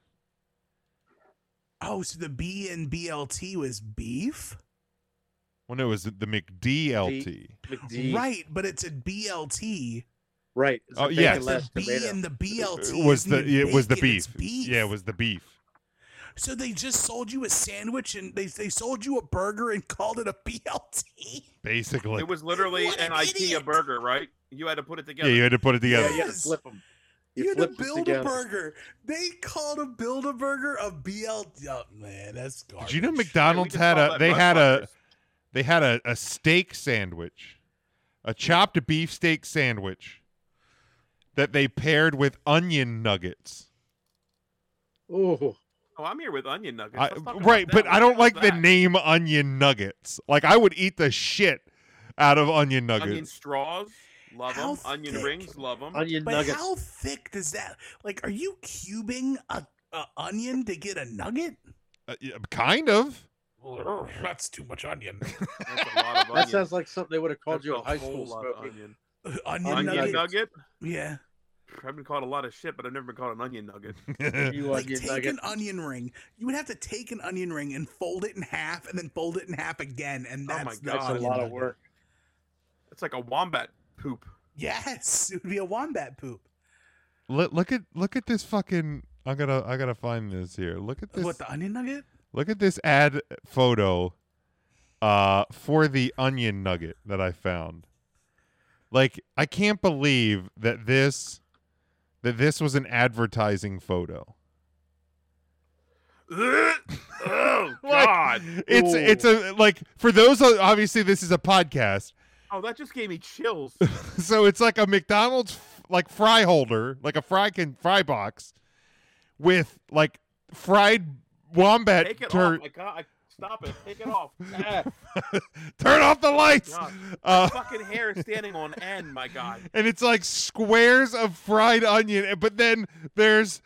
C: Oh, so the B and BLT was beef,
A: When it was the McDLT.
D: McD. Right.
C: right? But it's a BLT.
D: Right. It's the
A: Oh,
D: bacon,
A: yes.
D: lettuce,
C: the B
D: tomato.
C: and the BLT
A: was
C: isn't
A: the
C: even
A: it was the
C: bacon,
A: beef.
C: it's beef.
A: Yeah, it was the beef.
C: So they just sold you a sandwich and they they sold you a burger and called it a BLT.
A: Basically,
B: It was literally
C: What
B: an,
C: an
B: IKEA
C: idiot.
B: burger, right? You had to put it
A: yeah,
B: together.
A: you had to put it
D: Yeah,
A: together.
D: you had to
C: Yes.
D: flip them.
C: You, had to
D: flip 'em
C: build a
D: together.
C: burger. They called a build a burger a BLT. Oh man, that's garbage.
A: Did you know
B: Yeah, we
A: McDonald's
B: just
A: had
B: call
A: a
B: that
A: they had a
B: Bushwhackers.
A: they had a, a steak sandwich, a chopped beef steak sandwich that they paired with onion nuggets.
D: Oh,
B: Oh, I'm here with onion nuggets.
A: I,
B: Let's talk about
A: right,
B: that.
A: but
B: What
A: I
B: the
A: don't
B: hell
A: like
B: is
A: the
B: that?
A: name onion nuggets. Like I would eat the shit out of onion nuggets.
B: Onion straws, love
C: How
B: them. Onion
C: thick?
B: rings, love them.
D: onion
C: But
D: nuggets.
C: how thick does that? Like, are you cubing a, a onion to get a nugget?
A: Uh, yeah, kind of.
C: That's too much onion.
B: That's
A: (laughs)
B: a lot of
D: That
B: onion.
D: sounds like something they would have called
B: That's
D: you
B: a
D: in high
B: whole
D: school.
B: lot of
D: Smokey.
B: onion.
C: onion, (laughs) onion
D: Onion
B: Onion
C: nugget.
D: nuggets.
B: nugget.
C: Yeah.
B: I've been called a lot of shit, but I've never been called an onion
A: (laughs)
B: nugget.
D: You
C: like
D: onion
C: take
D: nugget.
C: an onion ring. You would have to take an onion ring and fold it in half, and then fold it in half again, and
B: Oh
C: that's
B: my
C: the
B: God.
D: That's a
C: onion
D: lot of
C: nugget.
D: work.
B: It's like a wombat poop.
C: (laughs)
A: (laughs)
C: Yes, it would be a wombat poop.
A: look, look at look at this fucking. I gotta I gotta find this here. Look at this.
C: what the onion nugget?
A: Look at this ad photo uh for the onion nugget that I found. Like I can't believe that this that this was an advertising photo.
B: oh
A: (laughs) Like,
B: God!
A: It's
D: Ooh.
A: it's a like for those uh, obviously this is a podcast. (laughs)
B: Oh, that just gave me chills.
A: So it's like a McDonald's f- like fry holder, like a fry can fry box with like fried wombat
B: Take it
A: tur-
B: off! I got. I, stop it! Take it
A: (laughs)
B: off!
D: Ah,
A: turn off the lights.
B: God.
A: Uh
B: Fucking hair is standing on end. My God!
A: and it's like squares of fried onion, and- but then there's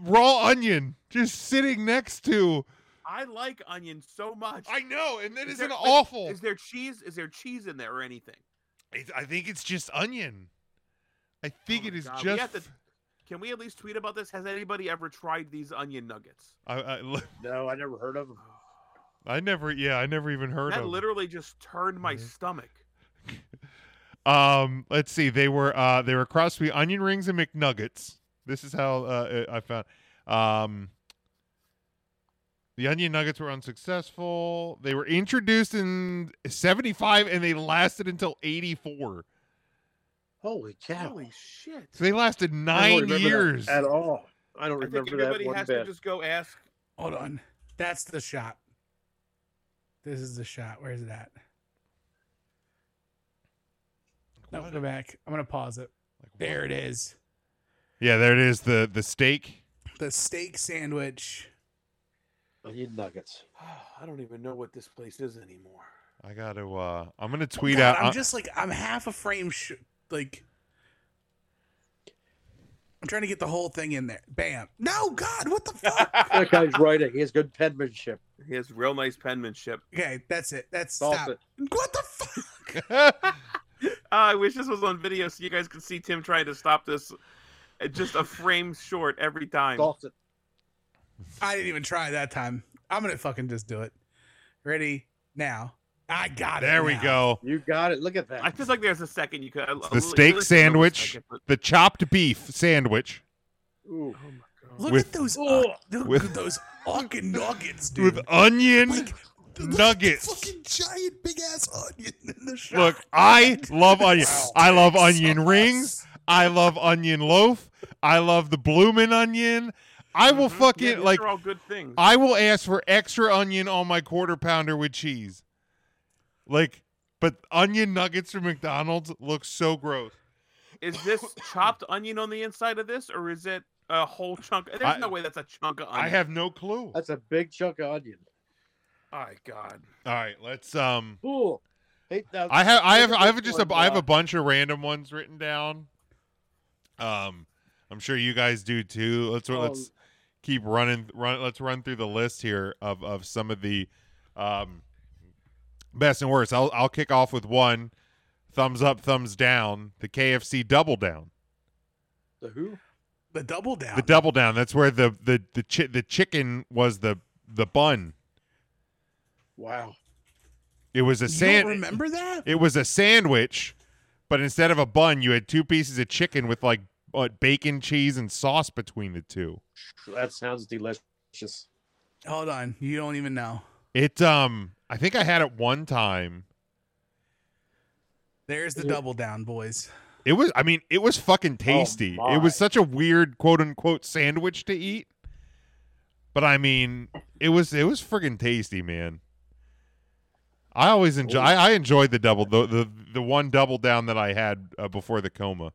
A: raw onion just sitting next to.
B: I like onion so much.
A: I know, and that
B: Is
A: is,
B: there-
A: an awful.
B: Is there cheese? Is there cheese in there or anything?
A: It's- I think it's just onion. I think
B: Oh
A: it
B: my
A: is
B: God, we
A: just.
B: have to- Can we at least tweet about this? Has anybody ever tried these onion nuggets?
A: I, I, (laughs)
D: no, I never heard
B: (sighs)
D: of them.
A: I never, yeah, I never even heard
B: that
A: of. 'em.
B: literally just turned my
A: Mhm.
B: stomach.
A: Um, let's see. They were uh they were crossed between onion rings and McNuggets. This is how uh I I found. Um the onion nuggets were unsuccessful. They were introduced in 75 and they lasted until 84.
D: Holy cow!
B: Holy shit!
A: So they lasted
D: I don't
A: 9
D: remember that
A: years.
D: at all. I don't
B: I think
D: remember that
B: everybody
D: one
B: has to
D: bit.
B: just go ask.
C: Hold on. That's the shot. This is the shot. Where is it at? No,
A: What?
C: go back. I'm gonna pause it. There it is.
A: Yeah, there it is the the steak.
C: the steak sandwich.
D: I need nuggets.
B: Ah, I don't even know what this place is anymore.
A: I got to. Uh, I'm gonna tweet
C: God,
A: out.
C: I'm
A: uh,
C: just like I'm half a frame sh- like I'm trying to get the whole thing in there. Bam. No, God, what the fuck?
A: (laughs)
D: That guy's writing. He has good penmanship.
B: He has real nice penmanship.
C: okay, that's it. That's stop.
D: Salsa.
C: What the fuck?
B: Ah, I wish this was on video so you guys could see Tim trying to stop this uh, just a frame short every time.
D: Salsa.
C: I didn't even try that time. I'm gonna fucking just do it. Ready now. I got
A: (laughs)
C: it.
A: there we
C: now.
A: go.
D: You got it. Look at that.
B: I feel like there's a second you could. uh,
A: the steak sandwich.
B: but,
A: The chopped beef sandwich
D: Ooh.
B: oh my God.
C: Look
A: With-
C: at those
D: Oh.
C: look
A: with-
C: at those fucking
A: (laughs)
C: nuggets, dude.
A: with onion.
C: Like- Look at the
A: nuggets.
C: fucking giant big ass onion in the shot.
A: Look, I love onion.
C: Wow.
A: I love onion
C: Sauce.
A: rings. I love onion loaf. I love the bloomin' onion. I will
B: Mhm. Yeah,
A: fucking
B: these
A: like. uh,
B: Are all good things.
A: I will ask for extra onion on my quarter pounder with cheese. Like, but onion nuggets from McDonald's look so gross.
B: Is
A: (coughs)
B: this chopped onion on the inside of this, or is it a whole chunk? There's
A: I-
B: no way that's a chunk of onion.
A: I have no clue. All
D: That's a big chunk of onion.
B: My God.
A: right, let's um.
D: Ooh. Hey, now,
A: I have I have
D: Look
A: I
D: at
A: have
D: this
A: just a
D: one,
A: I have
D: uh,
A: a bunch of random ones written down. Um, I'm sure you guys do too. Let's
D: Oh.
A: let's keep running run. Let's run through the list here of of some of the um best and worst. I'll I'll kick off with one. Thumbs up, thumbs down. The KFC double down.
D: the who?
C: the double down.
A: The double down. That's where the the the chi- the chicken was the the bun.
D: Wow.
A: It was a
C: you
A: sand.
C: don't remember that?
A: It was a sandwich, but instead of a bun, you had two pieces of chicken with like uh, bacon, cheese, and sauce between the two.
D: That sounds delicious.
C: Hold on, you don't even know.
A: It um, I think I had it one time.
C: There's the double down, boys.
A: It was, I mean, it was fucking tasty. it
D: my.
A: was such a weird quote unquote sandwich to eat, but I mean, it was it was friggin' tasty, man. I always enjoy. I, I enjoyed the double, the, the the one double down that I had uh, before the coma.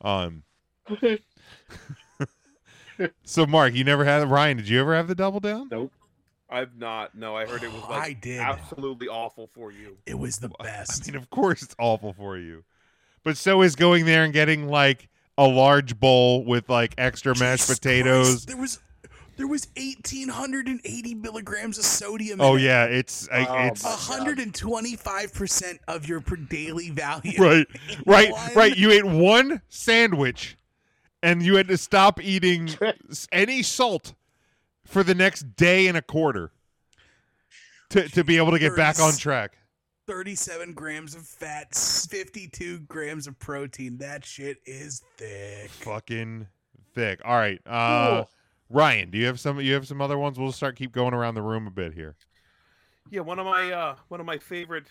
A: Um. so, Mark, you never had Ryan? Did you ever have the double down?
B: I've not. No, I heard it was
C: Oh, I
B: like
C: did.
B: absolutely awful for you.
C: It was the
A: I
C: best.
A: mean, of course, it's awful for you, but so is going there and getting like a large bowl with like extra mashed
C: Jesus
A: potatoes.
C: Christ, there was there was 1880 milligrams of sodium.
A: Oh
C: in
A: yeah, it's I,
D: Oh,
A: it's
D: my-
C: 125 percent of your per daily
A: (laughs)
C: value. (laughs)
A: right, right,
C: One-
A: right. You ate one sandwich, and you had to stop
C: (laughs)
A: eating s- any salt for the next day and a quarter to to be able to get back on
C: Jeepers.
A: track.
C: 37 grams of fat, 52 grams of protein. That shit is thick.
A: Fucking thick. All right, uh, Ryan, do you have some? You have some other ones? We'll start keep going around the room a bit here.
B: Yeah, one of my uh, one of my favorite.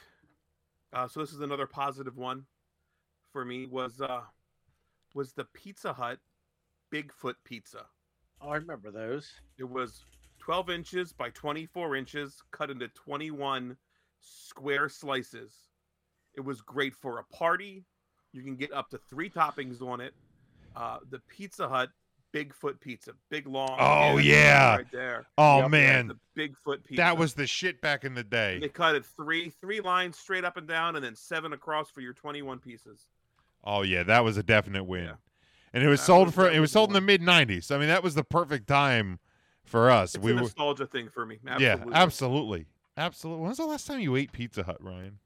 B: Uh, so this is another positive one for me was uh, was the Pizza Hut Bigfoot Pizza.
D: (laughs) Oh, I remember those.
B: It was 12 inches by 24 inches, cut into 21 square slices. It was great for a party. You can get up to three toppings on it. Uh, the Pizza Hut Bigfoot Pizza, big long.
A: Oh,
B: pan
A: yeah.
B: right there.
A: Oh
D: Yep, that's
A: man,
B: the Bigfoot Pizza.
A: that was the shit back in the
B: And they
A: day.
B: cut it three three lines straight up and down, and then seven across for your 21 pieces.
A: Oh yeah, that was a definite win.
B: Yeah.
A: And it was
B: That
A: sold
B: was-
A: for
B: that
A: it was
B: was
A: sold in
B: one.
A: the mid '90s. I mean, that was the perfect time for us.
B: It's
A: we
B: a
A: were
B: nostalgia thing for me.
A: Yeah, absolutely. Absolutely. When was the last time you ate Pizza Hut, Ryan?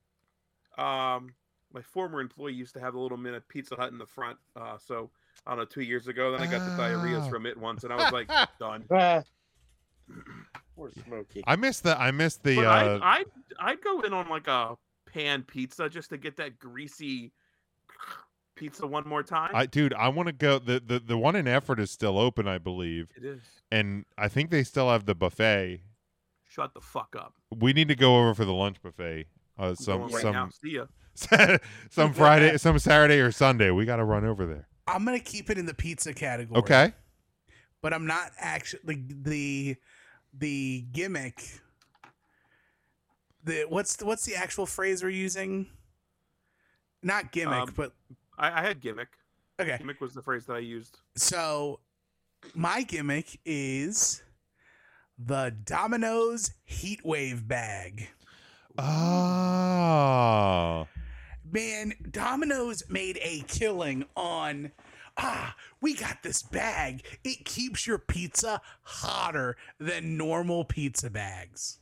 B: um my former employee used to have a little mini pizza hut in the front uh so i don't know two years ago then i got the diarrhea
A: Ah.
B: from it once and i was
A: (laughs)
B: like done
D: Ah. Poor Smokey.
A: I missed the I missed the
B: but
A: uh,
B: I, I'd, I'd go in on like a pan pizza just to get that greasy (sniffs) pizza one more time
A: I dude, I want to go the, the the one in effort is still open, I believe.
B: it is
A: And I think they still have the buffet.
B: shut the fuck up
A: We need to go over for the lunch buffet. Uh,
B: I'm
A: some
B: going right now. see ya
A: some (laughs) some Friday, some Saturday or Sunday. We got to run over there.
C: I'm gonna keep it in the pizza category.
A: Okay.
C: But I'm not actually like, the the gimmick. The what's the, what's the actual phrase we're using? Not gimmick,
B: Um,
C: but
B: I, I had gimmick
C: okay.
B: gimmick was the phrase that i used
C: So my gimmick is the Domino's Heatwave bag.
A: Oh. (laughs)
C: Man, Domino's made a killing on. Ah, we got this bag. It keeps your pizza hotter than normal pizza bags.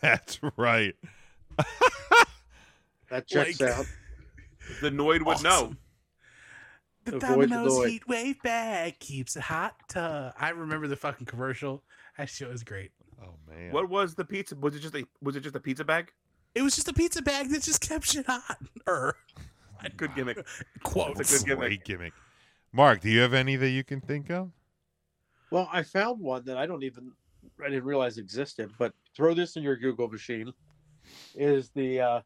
A: That's right.
D: That checks
C: Like-
D: out.
B: The Noid would know.
C: Awesome. The
D: Avoid the
C: Domino's
D: Lloyd.
C: heat wave bag keeps it hot. uh, I remember the fucking commercial. That shit was great.
A: Oh man.
B: What was the pizza? Was it just a was it just a pizza bag?
C: It was just a pizza bag that just kept shit hot. Er,
B: Good gimmick.
C: quotes.
B: That's a good gimmick.
A: Great gimmick. Mark, do you have any that you can think of?
D: Well, I found one that I don't even I didn't realize existed, but throw this in your Google machine. Is the uh,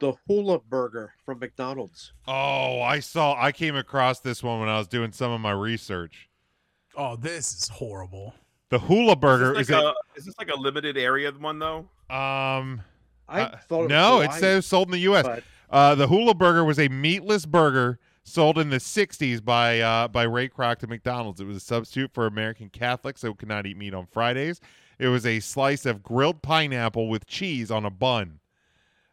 D: the hula burger from McDonald's?
A: Oh, I saw. I came across this one when I was doing some of my research.
C: Oh, this is horrible.
A: The Hula Burger
B: Is
A: is,
B: this, like a, is this like a limited area one though?
A: it? Um,
D: I
A: uh,
D: thought it
A: no.
D: was
A: It
D: Hawaiian,
A: says sold in the U.S.
D: but
A: Uh, the Hula Burger was a meatless burger sold in the '60s by uh, by Ray Kroc to McDonald's. It was a substitute for American Catholics who could not eat meat on Fridays. It was a slice of grilled pineapple with cheese on a bun.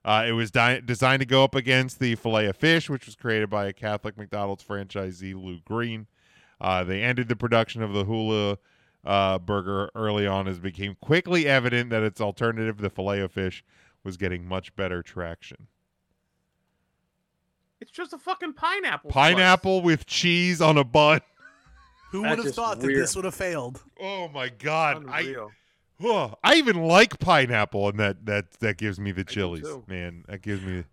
A: Uh, it was di- designed to go up against the filet of fish, which was created by a Catholic McDonald's franchisee, Lou Green. Uh, they ended the production of the Hula uh, burger early on as it became quickly evident that its alternative, the filet of fish, was getting much better traction.
B: It's just a fucking pineapple. slice.
A: Pineapple with cheese on a bun.
C: Who
D: That's
C: would have
D: just
C: thought that
D: weird.
C: this would have failed?
A: Oh my god! I
B: Unreal.
A: Huh. I even like pineapple, and that that that gives me the
B: do
A: chilies,
B: too.
A: man. That gives me.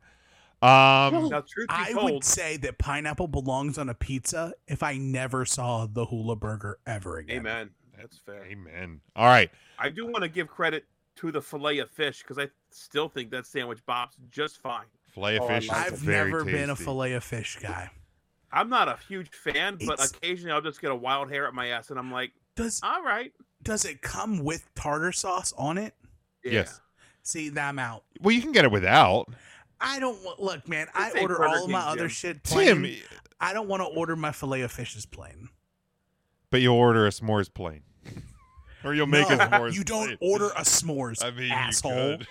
A: Um,
B: now, truth be
C: I
B: told,
C: would say that pineapple belongs on a pizza if I never saw the hula burger ever again.
B: amen. That's fair.
A: amen. All right,
B: I do want to give credit to the fillet of fish because I still think that sandwich bops just fine.
A: filet of
D: Oh, I
A: fish. is
D: like
C: I've
A: very
C: never been a
A: tasty.
C: filet of fish guy.
B: I'm not a huge fan, but
C: It's-
B: occasionally I'll just get a wild hair up my ass, and I'm like,
C: Does
B: all right.
C: does it come with tartar sauce on it?
B: Yeah.
A: Yes.
C: See, that I'm out.
A: Well, you can get it without
C: I don't want look, man. I
B: This ain't
C: order
B: Burger
C: all of my
B: King,
C: other
B: Jim.
C: shit plain.
A: Tim,
C: I don't want to order my filet of fish as plain.
A: but you'll order a s'mores plane, (laughs) or you'll make
C: no,
A: a s'mores.
C: You
A: plane.
C: don't order a
A: (laughs)
C: s'mores,
A: I mean, you
C: asshole.
A: could.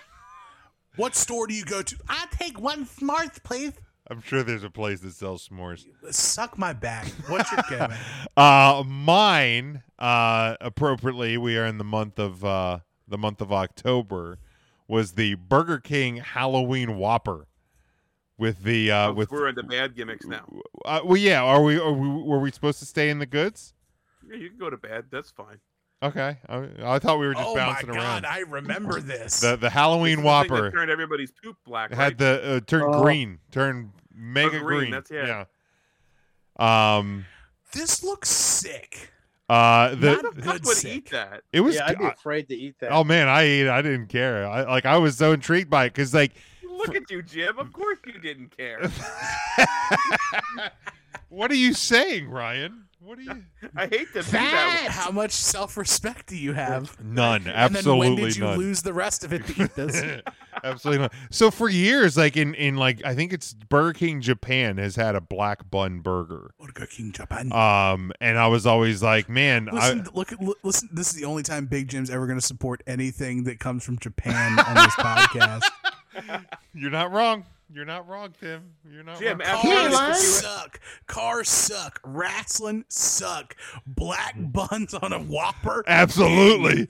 C: What store do you go to? I take one s'mores, please.
A: I'm sure there's a place that sells s'mores.
C: Suck my back. What's your
A: (laughs)
C: gimmick?
A: Uh, mine, uh, appropriately, we are in the month of uh, the month of October, was the Burger King Halloween Whopper with the uh,
B: Oh,
A: with
B: we're into bad gimmicks now.
A: uh, well, yeah. Are we? Are we? Were we supposed to stay in the goods?
B: Yeah, you can go to bed. That's fine.
A: Okay, I, I thought we were just
C: oh
A: bouncing
C: my god,
A: around.
C: I remember this.
A: The the
B: This is the
A: Halloween
B: thing that
A: Whopper
B: turned everybody's poop black.
A: had
B: right?
A: the uh, turn
D: Oh.
A: green, turn mega
B: green,
A: green.
B: that's- yeah.
A: yeah. Um.
C: this looks sick.
A: Uh. The
C: Not a-
B: Who would
C: Good sick.
B: eat that?
A: it was. uh,
D: yeah, I'd be
A: I-
D: afraid to eat that.
A: Oh man, I ate. it. I didn't care. I like. I was so intrigued by it because like, (laughs)
B: Look at you, Jim. Of course you didn't care.
A: what are you saying, Ryan? What are you?
B: I hate to be that.
C: How much self-respect do you have?
A: None.
C: and then when
A: Absolutely
C: did you
A: none.
C: lose the rest of it to eat this?
A: (laughs) absolutely not. So for years, like in in like I think it's Burger King Japan has had a black bun burger.
C: Burger King Japan.
A: Um, and I was always like, man, I,
C: Listen, look, li- listen. This is the only time Big Jim's ever going to support anything that comes from Japan on
A: (laughs)
C: this podcast.
A: you're not wrong. You're not wrong, Tim. You're not
B: Jim,
A: wrong.
B: after all
C: Cars
B: this-
C: suck. Cars suck. Wrestling suck. Black buns on a Whopper.
A: Absolutely.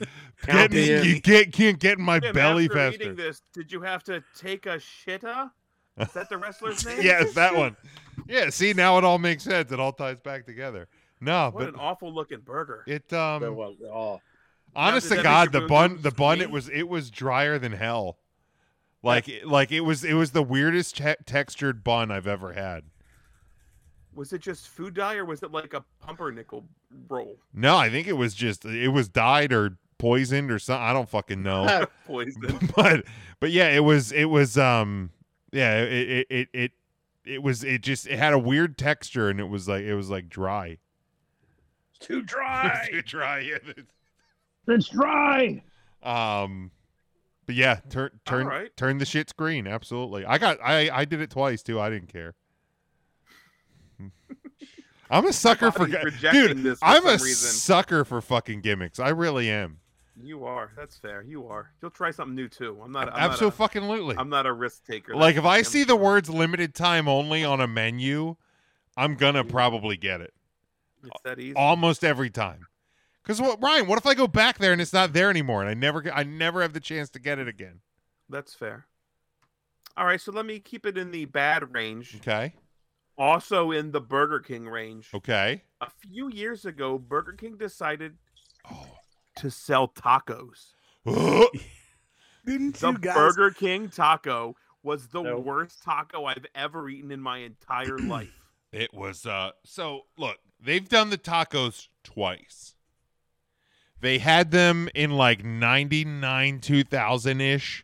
A: Get
D: Count me
A: me,
D: in.
A: you get can't get in my
B: Jim,
A: belly
B: after
A: faster.
B: eating this, did you have to take a shitta? Is that the
A: (laughs)
B: wrestler's name?
A: yes, that one. Yeah, see now it all makes sense. It all ties back together. No,
B: What an
A: but
B: awful looking burger.
A: it
D: So,
A: um
D: well, oh.
B: Now,
A: honest to
B: did that make your
A: God, the
B: food
A: bun
B: look
A: the bun it
B: sweet?
A: was it was drier than hell. Like it- like it was it was the weirdest te- textured bun I've ever had.
B: Was it just food dye or was it like a pumpernickel
A: (laughs)
B: roll?
A: No, I think it was just it was dyed or poisoned or something. I don't
B: (laughs)
A: fucking know.
B: Poison.
A: but but yeah, it was it was um yeah, it it it, it it was it just it had a weird texture and it was like it was like dry. (laughs)
D: It's too
A: It was
D: dry.
A: too dry. yeah.
E: It's dry.
A: Um, but yeah, turn (laughs) turn
B: right.
A: turn the shit's green. Absolutely. I got I I did it twice too. I didn't care. (laughs) I'm a sucker for
B: Body's
A: gi-
B: rejecting
A: dude.
B: this for
A: I'm a
B: some reason.
A: sucker for fucking gimmicks. I really am.
B: You are. That's fair. You are. You'll try something new too. I'm not. I'm
A: Absolutely.
B: Not a,
A: fucking lutely.
B: I'm not a risk taker.
A: Like if
B: That's
A: I
B: damn
A: see the
B: sure.
A: words "limited time only" on a menu, I'm gonna probably get it
B: it's that easy.
A: almost every time. Because what, Ryan? What if I go back there and it's not there anymore, and I never, get- I never have the chance to get it again?
B: That's fair. All right, so let me keep it in the bad range.
A: Okay.
B: Also in the Burger King range.
A: Okay. (gasps)
B: A few years ago, Burger King decided
A: Oh.
B: to sell tacos.
C: Didn't
B: The
C: you guys?
B: Burger King taco was the
D: No.
B: worst taco I've ever eaten in my
A: (clears throat)
B: entire life.
A: It was uh so look, they've done the tacos twice. They had them in like 99 2000ish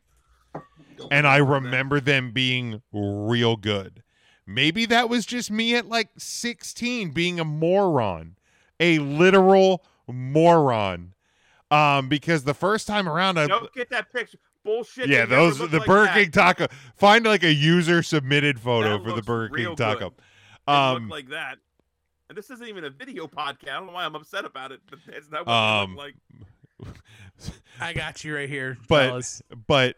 A: and I remember them being real good. Maybe that was just me at like 16 being a moron, a literal moron. Um because the first time around I
B: Don't get that picture. Bullshit.
A: yeah,
B: they never
A: those
B: look
A: the
B: like
A: Burger
B: that.
A: King taco. Find like a user submitted photo
B: That
A: for the
B: looks
A: Burger King
B: real good.
A: taco.
B: They look
A: Um
B: like that. And this isn't even a video podcast. I don't know why I'm upset about it, but it's not what
A: Um,
B: they look like.
C: I got you right here,
A: But-
C: fellas.
A: but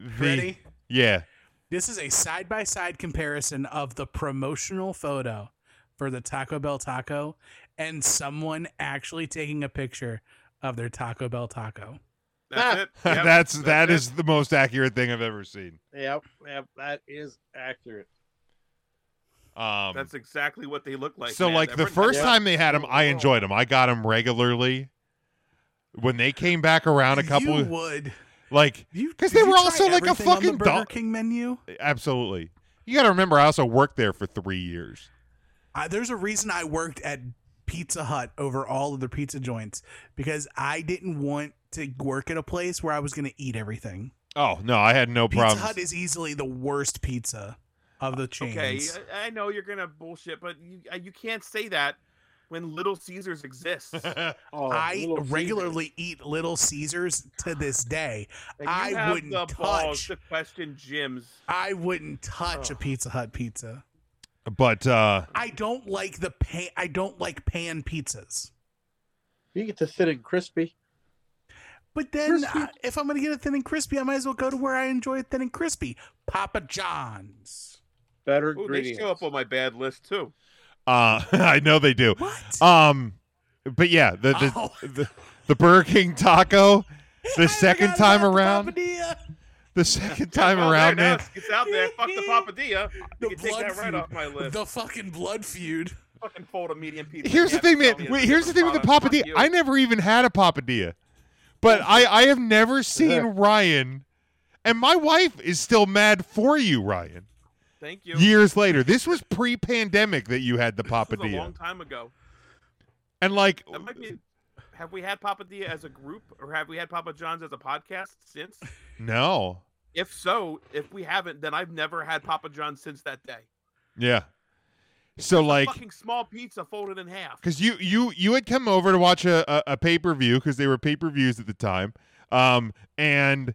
A: the
C: ready?
A: yeah (laughs)
C: This is a side by side comparison of the promotional photo for the Taco Bell taco and someone actually taking a picture of their Taco Bell taco.
A: (laughs)
B: That's it. Yep,
A: that's that
B: it.
A: is the most accurate thing I've ever seen.
D: Yep, yep, that is accurate.
A: Um,
B: That's exactly what they look like.
A: so
B: man.
A: like
B: They
A: the
B: weren't-
A: first
D: Yeah.
A: time they had them, I enjoyed them. I got them regularly. When they came back around a couple,
C: you would
A: like
C: you
A: 'Cause
C: did
A: they
C: you
A: were
C: try
A: also like a
C: everything on the
A: fucking
C: Burger
A: dog-
C: King menu.
A: absolutely. You got to remember, I also worked there for three years.
C: I, there's a reason I worked at Pizza Hut over all of the pizza joints because I didn't want to work at a place where I was going to eat everything.
A: Oh no, I had no
C: Pizza
A: problem.
C: Hut is easily the worst pizza of the chains.
B: Okay, I I know you're gonna bullshit, but you uh, you can't say that when Little Caesars
A: (laughs)
B: exists. And
D: Oh,
C: I
D: Little Caesars.
C: regularly eat Little Caesars to this day.
B: you
C: I
B: have
C: wouldn't
B: the balls
C: touch.
B: to question Jim's.
C: I wouldn't touch
D: Oh.
C: a Pizza Hut pizza.
A: (laughs) but uh,
C: I don't like the pan. I don't like pan pizzas.
D: You get the thin and crispy.
C: But then,
D: Crispy.
C: uh, if I'm gonna get it thin and crispy, I might as well go to where I enjoy it thin and crispy. Papa John's.
D: Better
B: Ooh, they
D: ingredients.
B: show up on my bad list too.
A: uh, (laughs) I know they do.
C: (laughs) What?
A: Um, but yeah, the the,
C: Oh.
A: the the Burger King taco, the
C: (laughs) I
A: second
C: forgot
A: time
C: about the
A: around,
C: Papadilla.
B: (laughs)
A: the second time
B: Oh, there
A: around,
B: it is.
A: man.
B: It's out there. Fuck
A: (laughs)
B: the papadilla. You
C: The
B: can take
C: blood
B: that right
C: feud.
B: off my list.
C: The fucking blood feud.
B: Fucking fold a medium pizza.
A: Here's the
B: You have
A: thing,
B: to
A: man.
B: tell me it's
A: Wait,
B: a
A: here's the thing
B: different
A: with the
B: product. Fuck
A: papadilla.
B: you.
A: I never even had a papadilla, but I I
B: (laughs)
A: have never seen
D: Yeah.
A: Ryan, and my wife is still mad for you, Ryan.
B: Thank you.
A: Years later, this was pre-pandemic that you had the
B: This was a long
A: papadilla,
B: time ago.
A: and like,
B: That might be. Have we had papadilla as a group, or have we had Papa John's as a podcast since?
A: no,
B: If so, if we haven't, then I've never had Papa John's since that day.
A: yeah. So like,
B: Fucking small pizza folded in half.
A: because you you you had come over to watch a a, a pay per view because they were pay per views at the time, um, and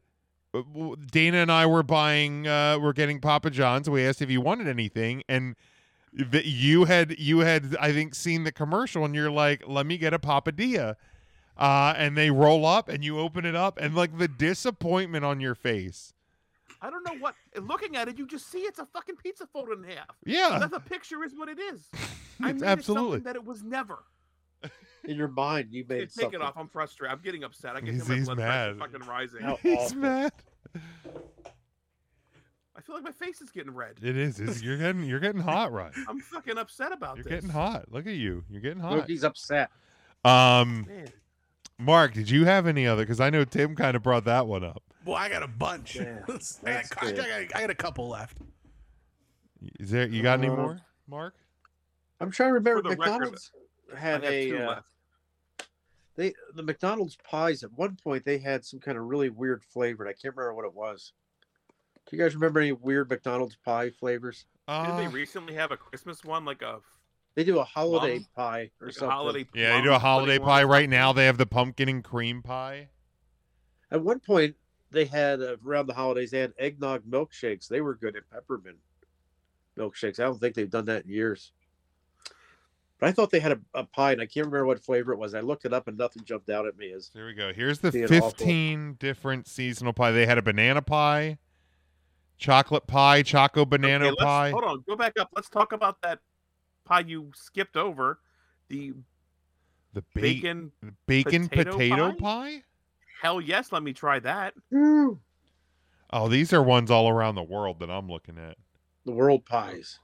A: uh, w- Dana and I were buying uh, we're getting Papa John's. We asked if you wanted anything, and that you had you had I think seen the commercial, and you're like, "Let me get a papadilla," uh, and they roll up, and you open it up, and like the disappointment on your face.
B: I don't know what. Looking at it, you just see it's a fucking pizza folded in half.
A: Yeah,
B: That the picture is what it
A: (laughs)
B: is. I
A: it's
B: made
A: Uh. absolutely.
B: it something that it was never.
D: In your mind, you made
B: Dude, take
D: something.
B: it off. I'm frustrated. I'm getting upset. I can
A: He's-
B: hear my
A: he's
B: blood pressure
A: mad.
B: fucking rising.
A: (laughs)
D: How
A: He's
D: awful.
A: mad.
B: I feel like my face is getting red.
A: It is. It's, you're getting you're getting hot, right?
B: (laughs) I'm fucking upset about
A: You're
B: this.
A: getting hot. Look at you. You're getting hot.
D: Mookie's upset.
A: Um.
B: Man,
A: Mark, did you have any other? Because I know Tim kind of brought that one up.
C: Well, I got a bunch.
D: Yeah,
C: (laughs) I, got, I,
D: that's good.
C: got- I got a couple left.
A: Is there? You got any
D: Uh,
A: more, Mark?
D: I'm trying to remember.
B: the record,
D: McDonald's
B: I
D: had
B: have
D: a
B: two
D: uh,
B: left.
D: they the McDonald's pies at one point they had some kind of really weird flavor. and I can't remember what it was. Do you guys remember any weird McDonald's pie flavors?
B: Didn't they
A: Uh,
B: recently have a Christmas one, like a,
D: They do a holiday
B: Plum?
D: pie or
B: like a
D: something.
B: holiday?
A: yeah, they
B: plum
A: do a holiday
B: pudding one or
A: pie right
B: something?
A: now. They have the pumpkin and cream pie.
D: At one point, they had uh, around the holidays they had eggnog milkshakes. They were good at peppermint milkshakes. I don't think they've done that in years. But I thought they had a, a pie, and I can't remember what flavor it was. I looked it up, and nothing jumped out at me. Is
A: Here we go. Here's the
D: Being awful.
A: 15 different seasonal pie. They had a banana pie, chocolate pie, choco banana
B: Okay, let's-
A: pie.
B: Hold on, go back up. Let's talk about that pie you skipped over. The
A: The ba-
B: bacon.
A: bacon potato,
B: potato
A: pie?
B: Hell yes, let me try that.
A: Oh, these are ones all around the world that I'm looking at.
D: the world pies?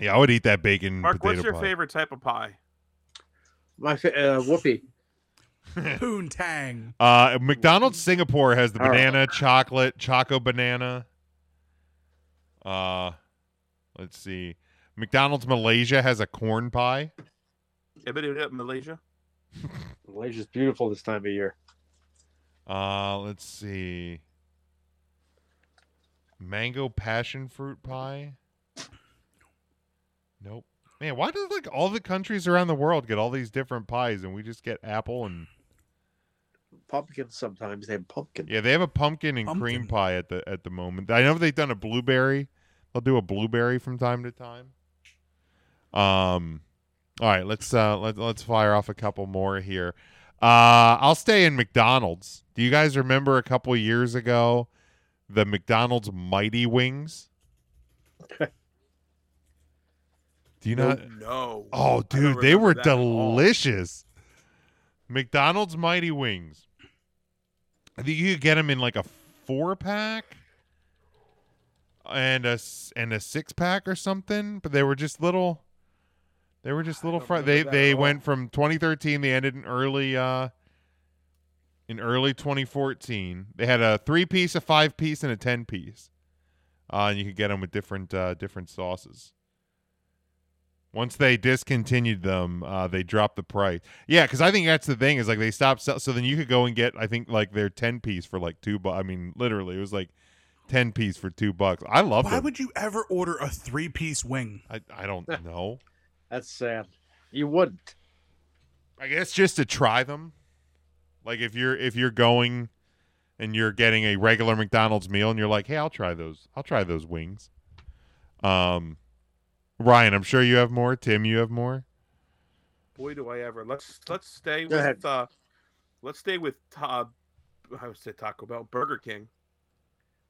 A: Yeah, I would eat that bacon
B: Mark,
A: Mm, potato
B: what's your
A: pie.
B: favorite type of pie?
D: My fa- uh, whoopee.
C: Poontang.
A: Uh, McDonald's Singapore has the
D: Mm-hmm. All right.
A: banana, chocolate, choco banana. Uh, let's see. McDonald's Malaysia has a corn pie.
B: Ibidibidib, Malaysia.
D: Malaysia's beautiful this time of year.
A: Uh, let's see. Mango passion fruit pie. Nope. Man, why does like all the countries around the world get all these different pies and we just get apple and
D: Pumpkins sometimes they have pumpkin.
A: Yeah, they have a pumpkin and cream
C: Pumpkin.
A: pie at the at the moment. I know they've done a blueberry. They'll do a blueberry from time to time. Um all right, let's uh let, let's fire off a couple more here. Uh I'll stay in McDonald's. Do you guys remember a couple years ago the McDonald's Mighty Wings? do you know
B: no.
A: Oh,
B: I don't
A: dude, they were
B: remember that at all.
A: delicious. McDonald's Mighty Wings. I think you could get them in like a four pack and a s- and a six pack or something, but they were just little. They were just
B: I
A: little
B: don't
A: fry.
B: remember
A: They
B: that
A: they
B: at all.
A: went from 2013. They ended in early uh in early 2014. They had a three piece, a five piece, and a ten piece. Uh, and you could get them with different uh, different sauces. Once they discontinued them, uh, they dropped the price. Yeah, because I think that's the thing is like they stopped. Sell- so then you could go and get I think like their ten piece for like two. Bu- I mean, literally, it was like ten piece for two bucks. I love
C: Why
A: them.
C: would you ever order a three piece wing?
A: I I don't know.
D: That's sad. You wouldn't.
A: I guess just to try them. Like if you're if you're going and you're getting a regular McDonald's meal and you're like, "Hey, I'll try those. I'll try those wings." Um Ryan, I'm sure you have more. Tim, you have more.
B: Boy, do I ever. Let's let's stay
D: Go ahead.
B: with uh, let's stay with ta- I would say Taco Bell, Burger King.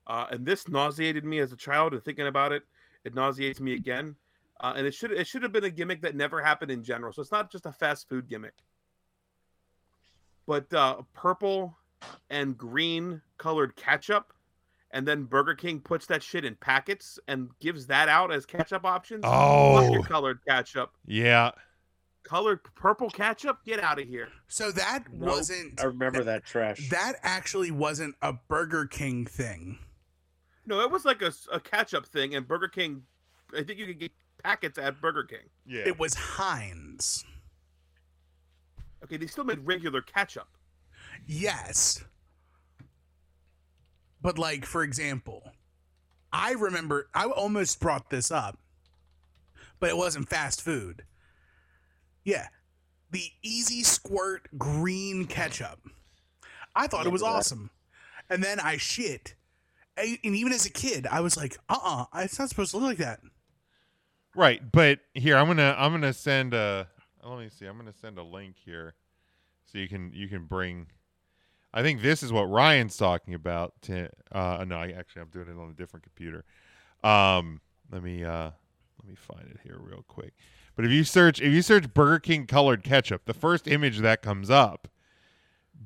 B: Uh, and this nauseated me as a child, and thinking about it, it nauseates me again. Uh, and it should it should have been a gimmick that never happened in general. So it's not just a fast food gimmick. But uh, purple and green colored ketchup, and then Burger King puts that shit in packets and gives that out as ketchup options. Fuck your
A: Oh,
B: colored ketchup
A: yeah.
B: colored purple ketchup? Get out of here.
C: So that
D: Nope.
C: wasn't
D: I remember that trash.
C: that actually wasn't a Burger King thing.
B: No, it was like a, s- a ketchup thing, and Burger King, I think you could get packets at Burger King.
A: Yeah.
C: It was Heinz.
B: Okay, they still made regular ketchup.
C: Yes. But like for example, I remember I almost brought this up, but it wasn't fast food. Yeah. The easy squirt green ketchup. I thought it was
D: Remember that.
C: awesome. And then I shit. And and even as a kid, I was like, uh uh, it's not supposed to look like that.
A: Right, but here I'm going to I'm going to send a let me see. I'm going to send a link here so you can you can bring I think this is what Ryan's talking about. To, uh no, I actually I'm doing it on a different computer. Um let me uh let me find it here real quick. But if you search if you search Burger King colored ketchup, the first image that comes up,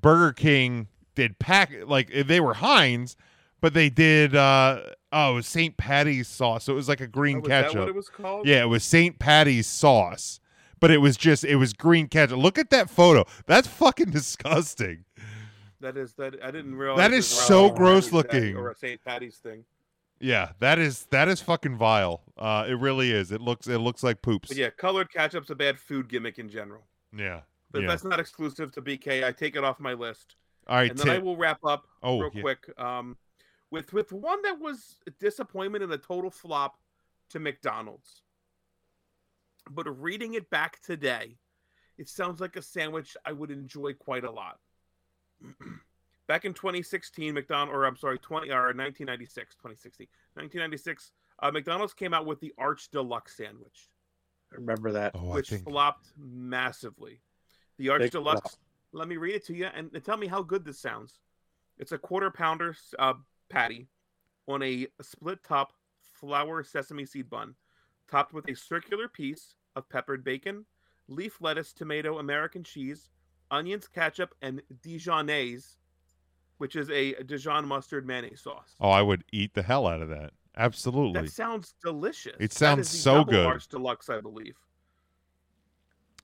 A: Burger King did pack like eh, they were Heinz, but they did uh oh, it was St. Patty's sauce. So it was like a green
B: Oh, was
A: ketchup.
B: that what it was called?
A: Yeah, it was St. Patty's sauce, but it was just it was green ketchup. Look at that photo. That's fucking (laughs) disgusting.
B: That is that. I didn't realize.
A: That
B: it
A: is
B: was
A: so
B: around
A: gross
B: St. Patty-
A: looking.
B: Or a St. Patty's thing.
A: Yeah, that is that is fucking vile. Uh, it really is. It looks it looks like poops.
B: But yeah, colored ketchup's a bad food gimmick in general.
A: yeah.
B: But
A: yeah.
B: if that's not exclusive to BK, I take it off my list.
A: All right,
B: and then I
A: Tim.
B: will wrap up
A: Oh,
B: real
A: yeah.
B: quick um, with with one that was a disappointment and a total flop to McDonald's. But reading it back today, it sounds like a sandwich I would enjoy quite a lot. (clears throat) back in 2016, McDonald, or I'm sorry, 20 or 1996, 2016, 1996, uh, McDonald's came out with the Arch Deluxe sandwich.
D: I remember that.
A: Oh,
B: which
A: I think
B: flopped massively. The Arch
D: Big
B: Deluxe.
D: flop.
B: Let me read it to you and, and tell me how good this sounds. It's a quarter pounder uh, patty on a split top flour sesame seed bun, topped with a circular piece of peppered bacon, leaf lettuce, tomato, American cheese, onions, ketchup, and Dijonnaise, which is a Dijon mustard mayonnaise sauce.
A: Oh, I would eat the hell out of that. Absolutely.
B: that sounds delicious.
A: It
B: That
A: sounds
B: is the
A: so
B: double
A: good.
B: Arch Deluxe, I believe.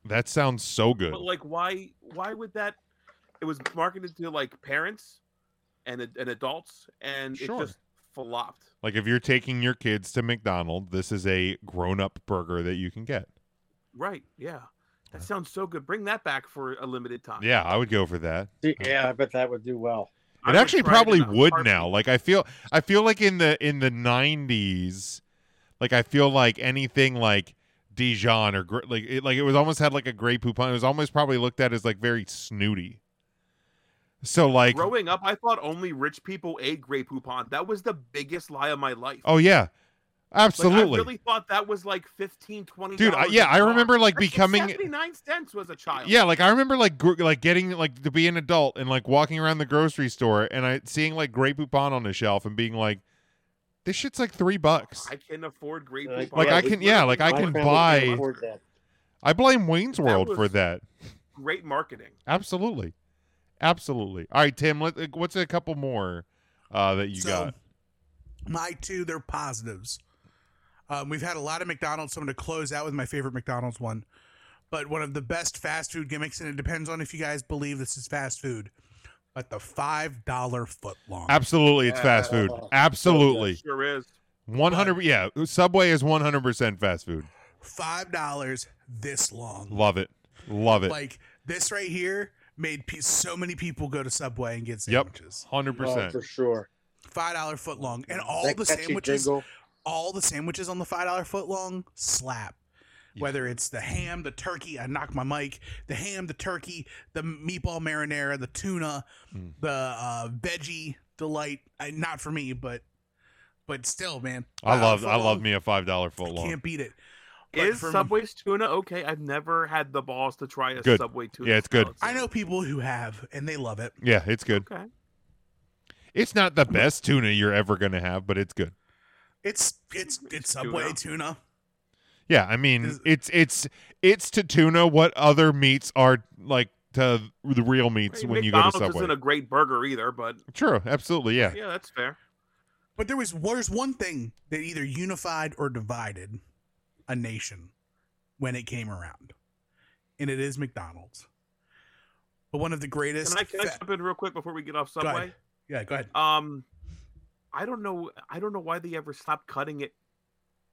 A: that sounds so good.
B: But like, why? Why would that? It was marketed to like parents and ad- and adults, and
A: Sure.
B: it just flopped.
A: Like if you're taking your kids to McDonald's, this is a grown-up burger that you can get.
B: Right? Yeah. That sounds so good. Bring that back for a limited time.
A: Yeah, I would go for that.
D: See, Yeah, I bet that would do well.
B: I
A: It
B: would
A: actually
B: try in
A: probably
B: a
A: would
B: heartbeat.
A: now. Like I feel I feel like in the in the 90s like I feel like anything like Dijon or gr- like it like it was almost had like a gray poupon. It was almost probably looked at as like very snooty. So like
B: Growing up, I thought only rich people ate Grey Poupon. That was the biggest lie of my life.
A: Oh yeah.
B: Like,
A: Absolutely.
B: I really thought that was like 15, 20
A: Dude, I, yeah, I remember like becoming
B: 79 cents was a child.
A: Yeah, like I remember like gr- like getting like to be an adult and like walking around the grocery store and I seeing like Grey Poupon on the shelf and being like, this shit's like three bucks.
B: I can afford Grey
D: Like,
B: Poupon.
A: Like I
D: we-
A: can yeah, like I
D: My
A: can
D: family
A: buy.
D: afford that.
A: I blame Wayne's
B: That
A: World for
B: was-
A: that.
B: Great marketing.
A: Absolutely, absolutely. All right, Tim. Let, uh, what's a couple more uh, that you got?
C: My two, they're positives. Um, we've had a lot of McDonald's, so I'm going to close out with my favorite McDonald's one. But one of the best fast food gimmicks, and it depends on if you guys believe this is fast food, but the $5 footlong.
A: Absolutely, it's fast food.
D: Yeah.
A: Absolutely,
B: Sure is.
A: one hundred. Yeah, Subway is one hundred percent fast food.
C: $5 this long.
A: Love it, love it.
C: Like this right here made pe- so many people go to Subway and get
A: Yep.
C: sandwiches.
A: Hundred
D: Oh,
A: percent.
D: for sure.
C: $5 footlong, And all
D: That
C: the
D: catchy
C: sandwiches
D: jingle.
C: all the sandwiches on the five dollar foot long slap. Whether it's the ham, the turkey, I knocked my mic, the ham, the turkey, the meatball marinara, the tuna,
A: Mm.
C: the uh, veggie delight. I, not for me, but but still, man.
A: I
C: $5
A: love. I
C: footlong,
A: love me a five dollar foot
C: you
A: long.
C: Can't beat it. But
B: Is
C: for-
B: Subway's tuna okay? I've never had the balls to try a
A: Good.
B: Subway tuna.
A: Yeah, it's good.
B: salad
C: I know
B: sandwich.
C: people who have, and they love it.
A: Yeah, it's good.
B: Okay.
A: It's not the best tuna you're ever gonna have, but it's good.
C: It's it's it's
B: It's
C: Subway
B: tuna.
C: tuna.
A: Yeah, I mean,
C: Is-
A: it's it's it's to tuna what other meats are like to the real
B: I
A: meats
B: mean,
A: when you go to
B: McDonald's
A: Subway.
B: isn't a great burger either,
A: (laughs)
B: but
A: True, absolutely, yeah.
B: yeah, that's fair.
C: But there was there's one thing that either unified or divided a nation when it came around, and it is McDonald's. But one of the
B: Can
C: greatest.
B: I, can I
C: fa-
B: jump in real quick before we get off
C: Go ahead.
B: Subway?
C: yeah, go ahead.
B: Um, I don't know. I don't know why they ever stopped cutting it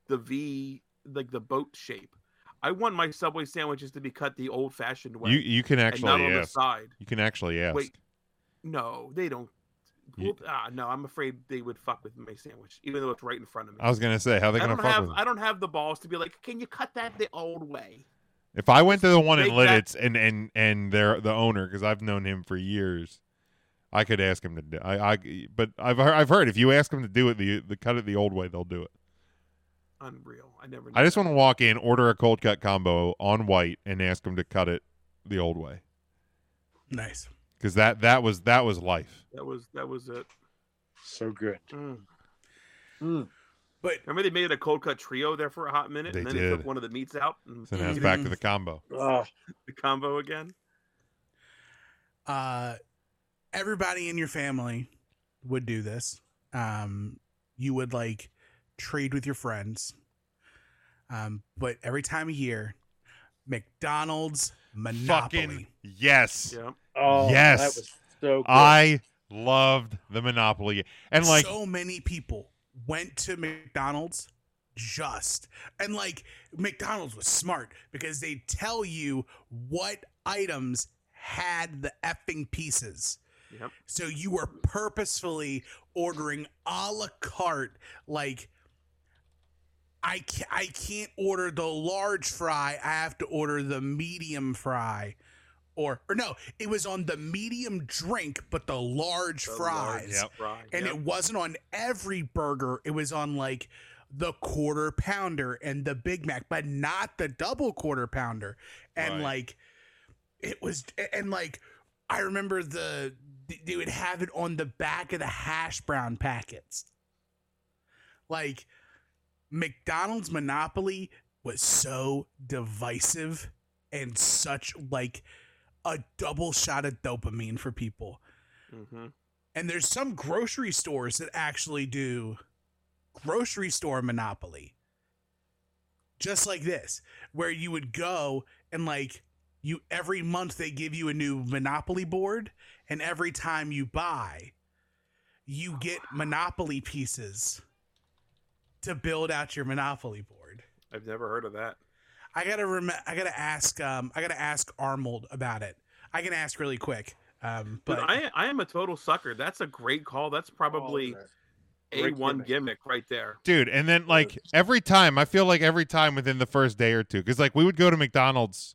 B: the V, like the boat shape. I want my Subway sandwiches to be cut the old-fashioned way,
A: You you can
B: and
A: actually
B: not on the
A: ask.
B: side.
A: You can actually ask.
B: Wait, no, they don't.
A: You-
B: Well, ah, no, I'm afraid they would fuck with my sandwich, even though it's right in front of me.
A: I was gonna say how they
B: I
A: gonna
B: don't
A: fuck
B: have
A: with. it?
B: I don't have the balls to be like, can you cut that the old way?
A: If I went to the one in
B: Make that-
A: Lidditz and and and their the owner, because I've known him for years, I could ask him to. Do, I I but I've heard, I've heard if you ask him to do it the the cut it the old way, they'll do it.
B: Unreal. I never.
A: I
B: knew
A: just
B: that.
A: want to walk in, order a cold cut combo on white, and ask him to cut it the old way,
C: Nice.
A: because that that was that was life.
B: That was that was it.
D: So good.
B: Mm.
D: Mm.
C: But
B: Remember they made it a cold cut trio there for a hot minute,
A: They
B: and then they took
A: did.
B: one of the meats out and
A: So now it's
C: Mhm.
A: back to the combo.
D: Ah,
B: (laughs) the combo again.
C: uh, everybody in your family would do this. Um, you would like trade with your friends. Um, but every time a year, McDonald's Monopoly.
A: Fucking yes.
B: Yeah,
D: oh,
A: Yes.
D: that was so good.
A: I loved the Monopoly, and like
C: so many people went to McDonald's just and like McDonald's was smart because they tell you what items had the effing pieces.
B: Yep.
C: So you were purposefully ordering a la carte like I ca- I can't order the large fry. I have to order the medium fry. Or, or no, it was on the medium drink, but the large
B: the large
C: fries
A: Yep.
B: fry,
C: and
B: yep.
C: it wasn't on every burger. It was on like the quarter pounder and the Big Mac, but not the double quarter pounder. And
A: Right.
C: like it was and like I remember the they would have it on the back of the hash brown packets. Like McDonald's monopoly was so divisive and such like a double shot of dopamine for people.
B: Mm-hmm.
C: And there's some grocery stores that actually do grocery store monopoly. Just like this, where you would go and like you every month they give you a new monopoly board and every time you buy you get monopoly pieces to build out your monopoly board.
B: I've never heard of that.
C: I gotta rem- I gotta ask. Um, I gotta ask Arnold about it. I can ask really quick. Um,
B: But
C: but
B: I, I am a total sucker. That's a great call. That's
C: Oh,
D: Oh,
B: probably a
D: Great
B: one
D: gimmick.
B: gimmick right there.
A: dude and then like every time i feel like every time within the first day or two because like we would go to mcdonald's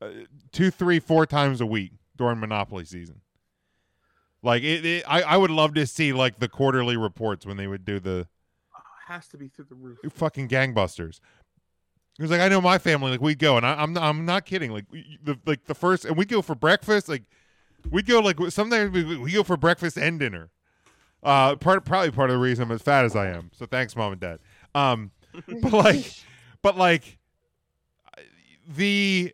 A: uh, two three four times a week during monopoly season like it, it I, I would love to see like the quarterly reports when they would do the
B: Oh, Has to be through the roof.
A: fucking gangbusters it was like i know my family like we'd go and I, i'm not, i'm not kidding like we- the like the first and we'd go for breakfast like we'd go like sometimes we, we go for breakfast and dinner uh part probably part of the reason i'm as fat as i am so thanks mom and dad um but like but like the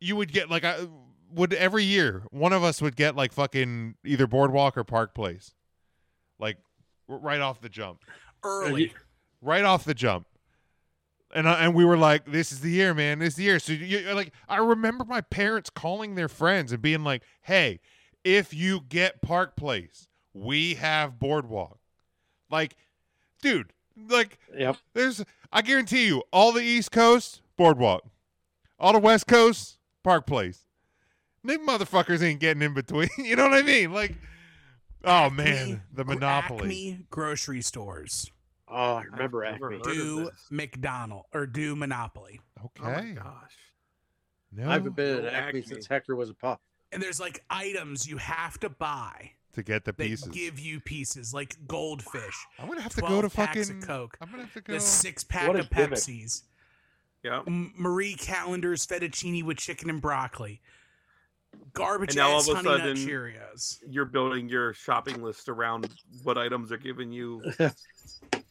A: you would get like I would every year one of us would get like fucking either boardwalk or park place, like r- right off the jump,
C: early.
A: right off the jump, and I, and we were like, this is the year, man, this is the year. So you, you're like I remember my parents calling their friends and being like, hey, if you get park place, we have boardwalk, like, dude, like
D: Yep.
A: there's, I guarantee you, all the East Coast boardwalk, all the West Coast Park Place. Them motherfuckers ain't getting in between. (laughs) You know what I mean? Like, oh man, the
C: Gro-
A: monopoly.
C: Acme grocery stores
D: Oh, I remember
B: I've never
D: Acme.
B: heard of
C: do
B: this.
C: McDonald or do Monopoly,
B: Oh my
A: Okay,
B: gosh.
A: no,
D: I haven't been at
B: Acme.
D: Acme since Hector was a pup.
C: and there's like items you have to buy.
A: to get the
C: They
A: pieces.
C: give you pieces like goldfish,
A: I'm gonna have to go
C: 12
A: to
C: packs
A: fucking.
C: of Coke,
A: I'm gonna have to go.
C: the six pack
D: What a
C: of
D: gimmick.
C: Pepsis,
B: Yeah.
C: M- Marie Callender's fettuccine with chicken and broccoli, garbage
B: And now all
C: ass
B: of a
C: honey nut
B: sudden-
C: Cheerios.
B: You're building your shopping list around what items are giving
D: (laughs)
B: you.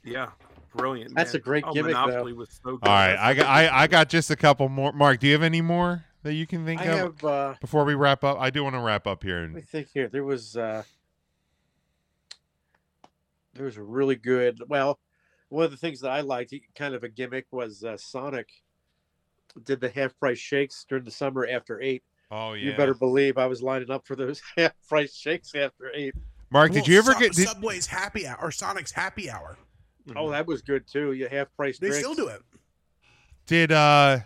B: Yeah. Brilliant.
D: That's
B: man.
D: a great
B: oh,
D: gimmick, though.
B: Monopoly was so good.
A: all right,
B: That's
A: I got. I, I got just a couple more. Mark, do you have any more that you can think
D: I
A: of
D: have. Uh,
A: before we wrap up? I do want to wrap up here.
D: Let me
A: And,
D: think here. There was uh there was a really good well, one of the things that I liked, kind of a gimmick, was uh, Sonic did the half price shakes during the summer after eight.
A: oh yeah.
D: You better believe I was lining up for those (laughs) half price shakes after eight.
A: Mark, did
C: Well,
A: you ever
C: Su-
A: get? Did,
C: Subway's happy hour or Sonic's happy hour?
B: Hmm. Mm-hmm.
D: Oh, that was good too. You half price
C: They
D: drinks.
C: still do it.
A: Did uh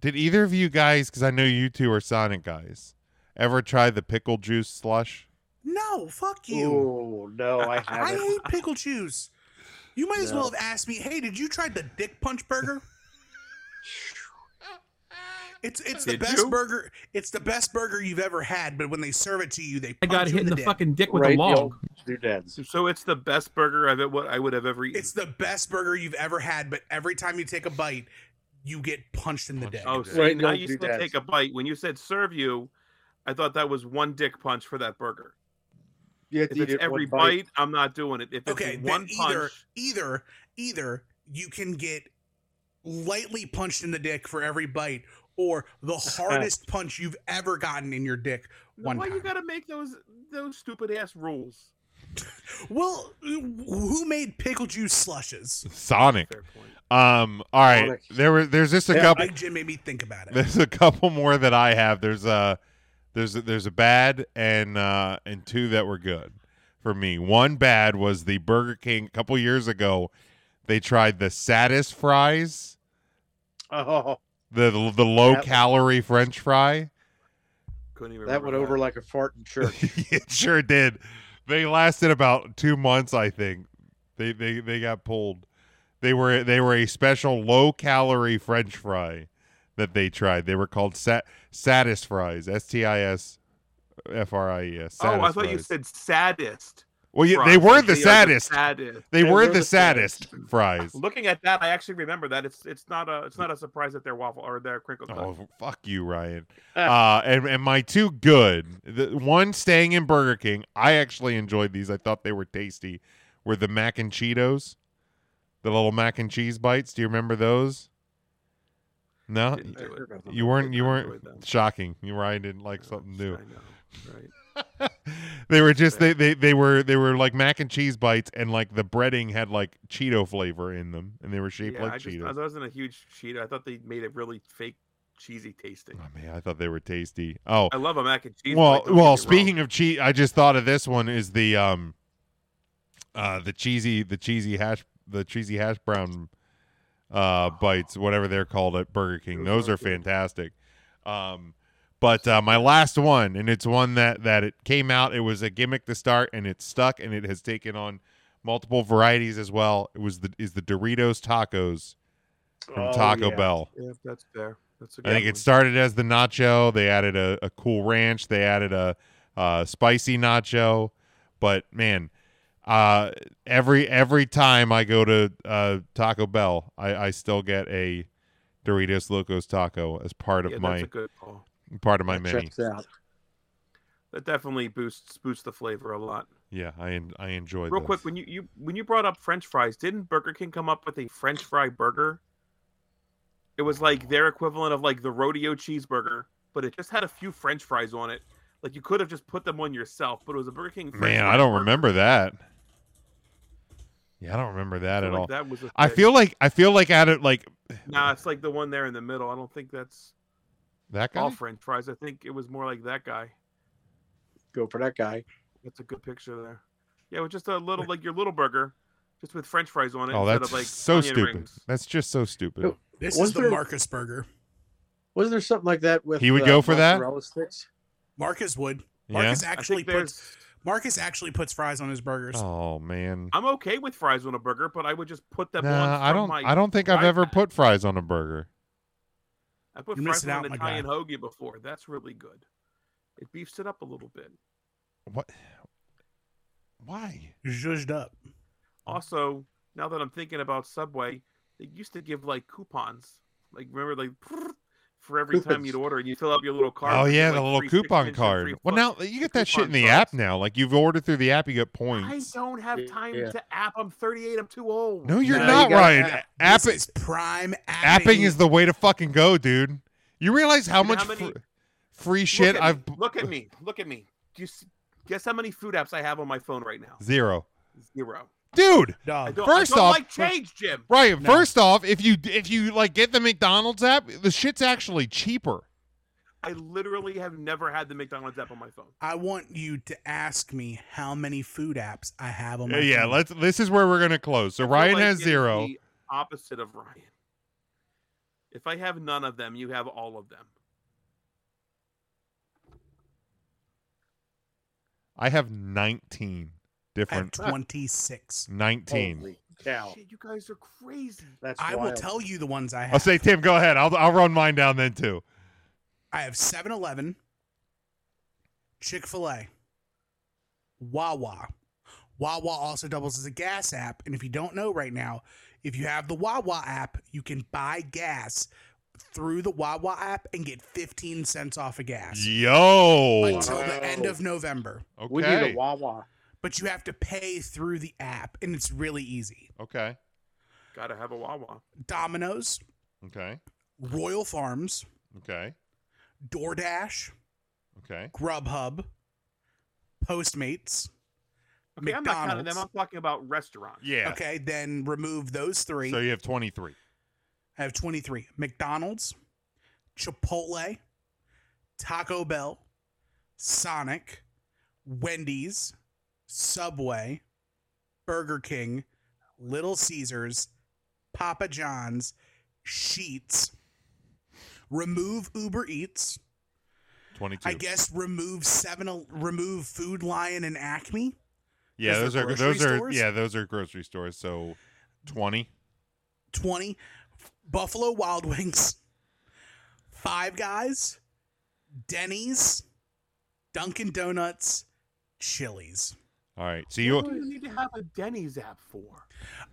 A: did either of you guys cuz I know you two are Sonic guys ever try the pickle juice slush?
C: No, fuck you.
D: Oh no, I
C: I
D: haven't.
C: hate pickle juice. You might as
D: No.
C: well have asked me, "Hey, did you try the Dick Punch Burger?" It's it's the
B: Did
C: best
B: you?
C: burger. It's the best burger you've ever had. But when they serve it to you, they
G: I
C: punch
G: got
C: you
G: hit in the,
C: dick.
G: fucking dick with
D: Right,
G: a
D: the
G: log.
D: old doodads.
B: So it's the best burger I've e, what I would have ever eaten.
C: It's the best burger you've ever had. But every time you take a bite, you get punched in the dick.
B: oh,
A: Right,
B: so now
D: don't
B: you
D: do
B: still
D: that.
B: take a bite. When you said serve you, I thought that was one dick punch for that burger.
D: You had
B: If
D: to eat
B: it's
D: it
B: every
D: one bite.
B: bite, I'm not doing it. If it's
C: okay,
B: one
C: then either
B: punch,
C: either either you can get lightly punched in the dick for every bite, or
B: (laughs)
C: the hardest punch you've ever gotten in your dick one
B: why you
C: time.
B: gotta make those those stupid ass rules?
C: Well, who made pickle juice slushes?
A: Sonic.
B: Fair point.
A: Um all right.
D: Sonic.
A: There were there's just a
C: Yeah,
A: couple
C: Big Jim made me think about it.
A: there's a couple more that I have. There's a there's a, there's a bad and uh and two that were good for me. One bad was the Burger King a couple years ago. They tried the saddest fries,
D: (laughs) Oh,
A: the the, low
D: That-
A: calorie french fry.
B: Couldn't even
D: that went
B: remember
D: over like a fart
A: (laughs)
D: in church.
A: it sure did. They lasted about two months, I think. They they they got pulled. They were they were a special low calorie French fry that they tried. They were called sat satis fries. S T I S F R I E S. Oh,
B: Oh, I thought you said saddest.
A: Well, yeah,
B: fries.
A: they were
B: Like,
A: the
B: are
A: saddest.
B: saddest.
A: They were the saddest fries.
B: Looking at that, I actually remember that it's it's not a it's not a surprise that they're waffle or they're crinkle cut.
A: Oh, fuck you, Ryan.
B: Ah.
A: Uh, and, and my two good, the one staying in Burger King, I actually enjoyed these. I thought they were tasty, were the mac and Cheetos, the little mac and cheese bites. Do you remember those? No?
B: Didn't do it.
A: You weren't,
B: Did
A: you
B: not
A: weren't,
B: enjoy them.
A: shocking. You Ryan didn't
B: Oh,
A: like something new.
B: I know, right?
A: (laughs) they were just they, they they were they were like mac and cheese bites and like the breading had like cheeto flavor in them and they were shaped
B: yeah,
A: like
B: I, just, I
A: cheetos
B: wasn't a huge cheater. I thought they made it really fake, cheesy tasting.
A: oh man i thought they were tasty oh
B: I love a mac and cheese. but,
A: well
B: like, don't get me
A: well
B: wrong.
A: speaking of cheese i just thought of this one is the um uh the cheesy the cheesy hash the cheesy hash brown uh bites whatever they're called at burger king those are fantastic um but uh, my last one and it's one that that it came out it was a gimmick to start and it stuck and it has taken on multiple varieties as well it was the is the doritos tacos from
D: Oh,
A: taco
D: yeah.
A: bell
B: yeah, that's fair. That's a
A: I think
B: good
A: it started as the nacho. They added a, a cool ranch. They added a, uh spicy nacho. But man, uh, every every time I go to uh, Taco Bell, I, I still get a Doritos Locos Taco as part
B: one.
A: of
B: Yeah,
A: my
B: that's a good call.
A: part of my
D: That
A: menu.
D: Checks out.
B: That definitely boosts boosts the flavor a lot.
A: Yeah, I en- I enjoy.
B: Real
A: those.
B: quick, when you, you when you brought up French fries, didn't Burger King come up with a French fry burger? It was like their equivalent of like the rodeo cheeseburger, but it just had a few French fries on it. Like you could have just put them on yourself, but it was a Burger King. French
A: man,
B: fry
A: I don't
B: burger.
A: remember that. Yeah, I don't remember that
B: I feel
A: at
B: like
A: all.
B: That was a
A: I
B: thing.
A: feel like I feel like at it like
B: nah. It's like the one there in the middle. I don't think that's
A: that guy.
B: all French fries. I think it was more like that guy.
D: Go for that guy.
B: That's a good picture there. Yeah, it was just a little like your little burger, just with French fries on it.
A: Oh,
B: instead
A: that's
B: of like
A: so
B: onion
A: stupid.
B: Rings.
A: That's just so stupid.
D: Who-
C: This
D: Was
C: is the
D: there-
C: Marcus burger.
D: Wasn't there something like that with?
A: He would
D: uh,
A: go for that?
D: mozzarella Sticks?
C: Marcus would.
A: Yeah.
C: Marcus
B: I
C: actually
B: think there's.
C: puts Marcus actually puts fries on his burgers.
A: Oh man.
B: I'm okay with fries on a burger, but I would just put them on.
A: Nah, I
B: from
A: don't.
B: My,
A: I don't think I've
B: fry
A: ever
B: pack.
A: put fries on a burger.
B: I put
C: You're
B: fries
C: missing
B: on
C: out,
B: an
C: my
B: Italian
C: guy.
B: hoagie before. That's really good. It beefs it up a little bit.
C: Mm.
A: What? Why?
C: Zhuzhed up.
B: Also, now that I'm thinking about Subway, they used to give like coupons. Like remember, like for every time
D: Coupons.
B: you'd order, you fill up your little card.
A: Oh
B: with your,
A: yeah,
B: like,
A: the little
B: free six
A: coupon
B: inch and
A: card.
B: free
A: Well,
B: foot.
A: now you get that shit in
B: coupon
A: the app
B: cards.
A: now. Like you've ordered through the app, you get
B: I
A: points.
B: don't have time
D: Yeah.
B: to app. I'm 38. I'm too old.
A: No, you're
D: No, you
A: not,
D: gotta
A: Ryan.
D: app.
A: App,
C: This is prime apping.
A: apping is the way to fucking go, dude. You realize how
B: Dude,
A: much
B: how many-
A: fr- free
B: Look
A: shit
B: at me.
A: I've b-
B: Look at me. Look at me. Do you s guess how many food apps I have on my phone right now?
A: zero,
B: Zero.
A: dude.
B: I
C: dog.
B: don't,
A: Uh, First
B: I don't
A: off-
B: like change, Jim.
A: Ryan,
C: No.
A: first off, if you if you like get the McDonald's app, the shit's actually cheaper.
B: I literally have never had the McDonald's app on my phone.
C: I want you to ask me how many food apps I have on my
A: Yeah, yeah,
C: phone.
A: let's. This is where we're gonna close. So
B: Oh I feel
A: Ryan
B: like
A: has
B: it is
A: zero.
B: The opposite of Ryan. If I have none of them, you have all of them.
A: I have nineteen
C: I have
A: different.
C: 26.
A: Nineteen.
D: Holy cow!
B: Shit, you guys are crazy.
D: That's
C: I will
D: wild.
C: tell you the ones I have.
A: I'll say, Tim, go ahead. I'll I'll run mine down then too.
C: I have 7 Eleven, Chick fil A, Wawa. Wawa also doubles as a gas app. And if you don't know right now, if you have the Wawa app, you can buy gas through the Wawa app and get 15 cents off of gas
A: Yo.
C: until
D: Wow.
C: the end of November.
D: We need
A: Okay.
D: a Wawa.
C: But you have to pay through the app, and it's really easy.
A: Okay.
B: Gotta have a Wawa.
C: Domino's,
A: Okay.
C: Royal Farms,
A: Okay.
C: DoorDash,
A: Okay.
C: Grubhub, Postmates.
B: Okay, I'm not counting them. I'm
C: McDonald's.
B: talking about restaurants.
A: Yeah.
C: Okay, then remove those three.
A: So you have twenty three.
C: I have 23. McDonald's, Chipotle, Taco Bell, Sonic, Wendy's, Subway, Burger King, Little Caesars, Papa John's, Sheets. Remove Uber Eats.
A: Twenty
C: I
A: two.
C: guess remove seven. el- Remove Food Lion and Acme.
A: Yeah,
C: those
A: those
C: are
A: are
C: grocery
A: those are
C: stores?
A: yeah those are grocery stores. So twenty.
C: 20 Buffalo Wild Wings, Five Guys, Denny's, Dunkin' Donuts, Chili's.
A: All right. So you
B: what do you need to have a Denny's app for?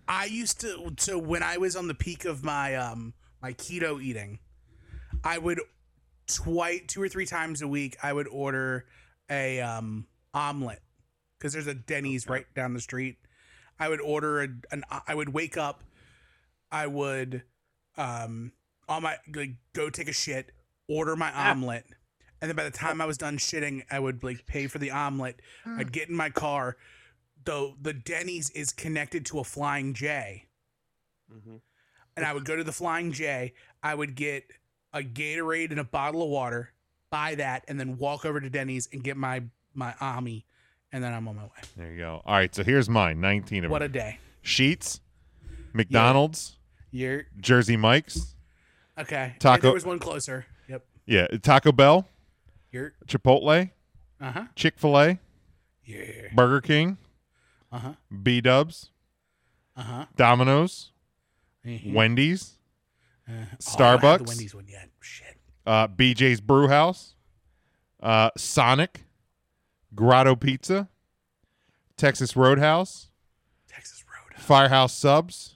C: I used to so when I was on the peak of my um my keto eating, I would twice two or three times a week I would order a um omelet because there's a Denny's right down the street. I would order a, an I would wake up, I would um on my like go take a shit, order my omelet, and then by the time I was done shitting, I would like pay for the omelet. I'd get in my car, though the Denny's is connected to a Flying J,
B: Mm-hmm.
C: and I would go to the Flying J. I would get a Gatorade and a bottle of water, buy that, and then walk over to Denny's and get my my Ami, and then I'm on my way.
A: there you go. All right. So here's mine. Nineteen of
C: What a
A: them.
C: day!
A: Sheets, McDonald's,
C: You're
A: Jersey Mike's,
C: okay. Yeah,
A: Taco-
C: There was one closer. Yep.
A: yeah, Taco Bell,
C: You're
A: Chipotle,
C: uh huh.
A: Chick Fil A,
C: Yeah.
A: Burger King,
C: Uh huh.
A: B Dubs,
C: Uh huh.
A: Domino's,
C: Mm-hmm.
A: Mm-hmm. Wendy's,
C: Uh-huh. Oh,
A: Starbucks?
C: the Wendy's one yet. Shit.
A: uh, BJ's Brewhouse, uh, Sonic, Grotto Pizza, Texas Roadhouse,
C: Texas Road.
A: Firehouse Subs,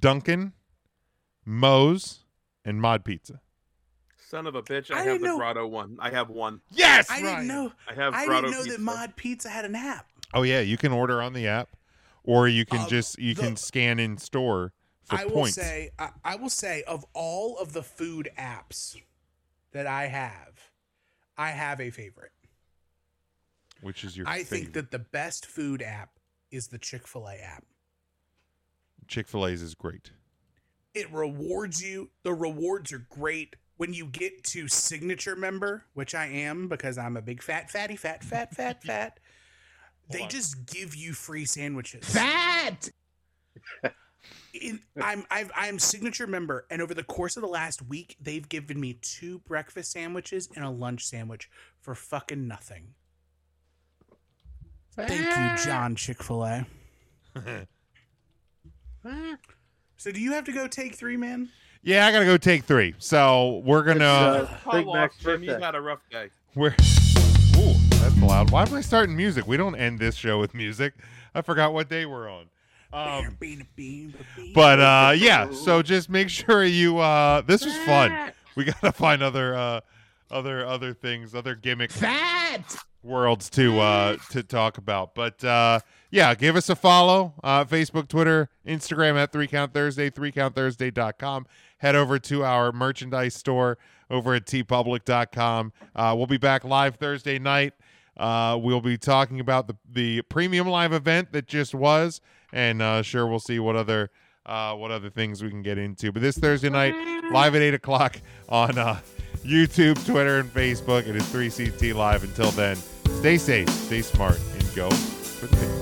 A: Dunkin', Moe's, and Mod Pizza.
B: Son of a bitch!
C: I
B: I, have
C: didn't
B: the
C: know-
B: Grotto one. I have one.
A: Yes.
C: I didn't know.
B: I have
C: I
B: Grotto
C: didn't know that
B: pizza.
C: Mod Pizza had an app.
A: Oh yeah, you can order on the app, or you can
C: Uh,
A: just you
C: the-
A: can scan in store for
C: I
A: points.
C: will say, I, I will say, of all of the food apps that I have, I have a favorite.
A: which is your
C: I think that the best food app is the Chick Fil A app.
A: Chick Fil A's is great. (laughs)
C: It rewards you. The rewards are great. When you get to signature member, which I am because I'm a big fat, fatty, fat, fat, fat, fat, they just give you free sandwiches.
E: Fat.
C: (laughs) in, I'm I've, I'm signature member, and over the course of the last week, they've given me two breakfast sandwiches and a lunch sandwich for fucking nothing. Thank you, John Chick Fil A. so, do you have to go take three, man?
A: Yeah, I gotta go take three. So we're gonna
D: It's, uh,
B: Call
D: Big
B: off,
D: Mac's
B: Jim,
D: birthday.
B: You had a rough day.
A: We're Ooh, that's loud. Why am I starting music? We don't end this show with music. I forgot what day we're on. Um, but uh, yeah, so just make sure you. Uh, this was fun. We gotta find other uh, other other things, other gimmick
E: Fat.
A: worlds to uh, to talk about. But uh, yeah, give us a follow. Uh, Facebook, Twitter, Instagram at Three Count Thursday, threecount3countthursday.com. Head over to our merchandise store over at tpublic.com. Uh, we'll be back live Thursday night. Uh, we'll be talking about the, the premium live event that just was, and uh, sure we'll see what other uh, what other things we can get into. But this Thursday night, live at eight o'clock on uh, YouTube, Twitter, and Facebook. It is three CT live. Until then, stay safe, stay smart, and go for the big.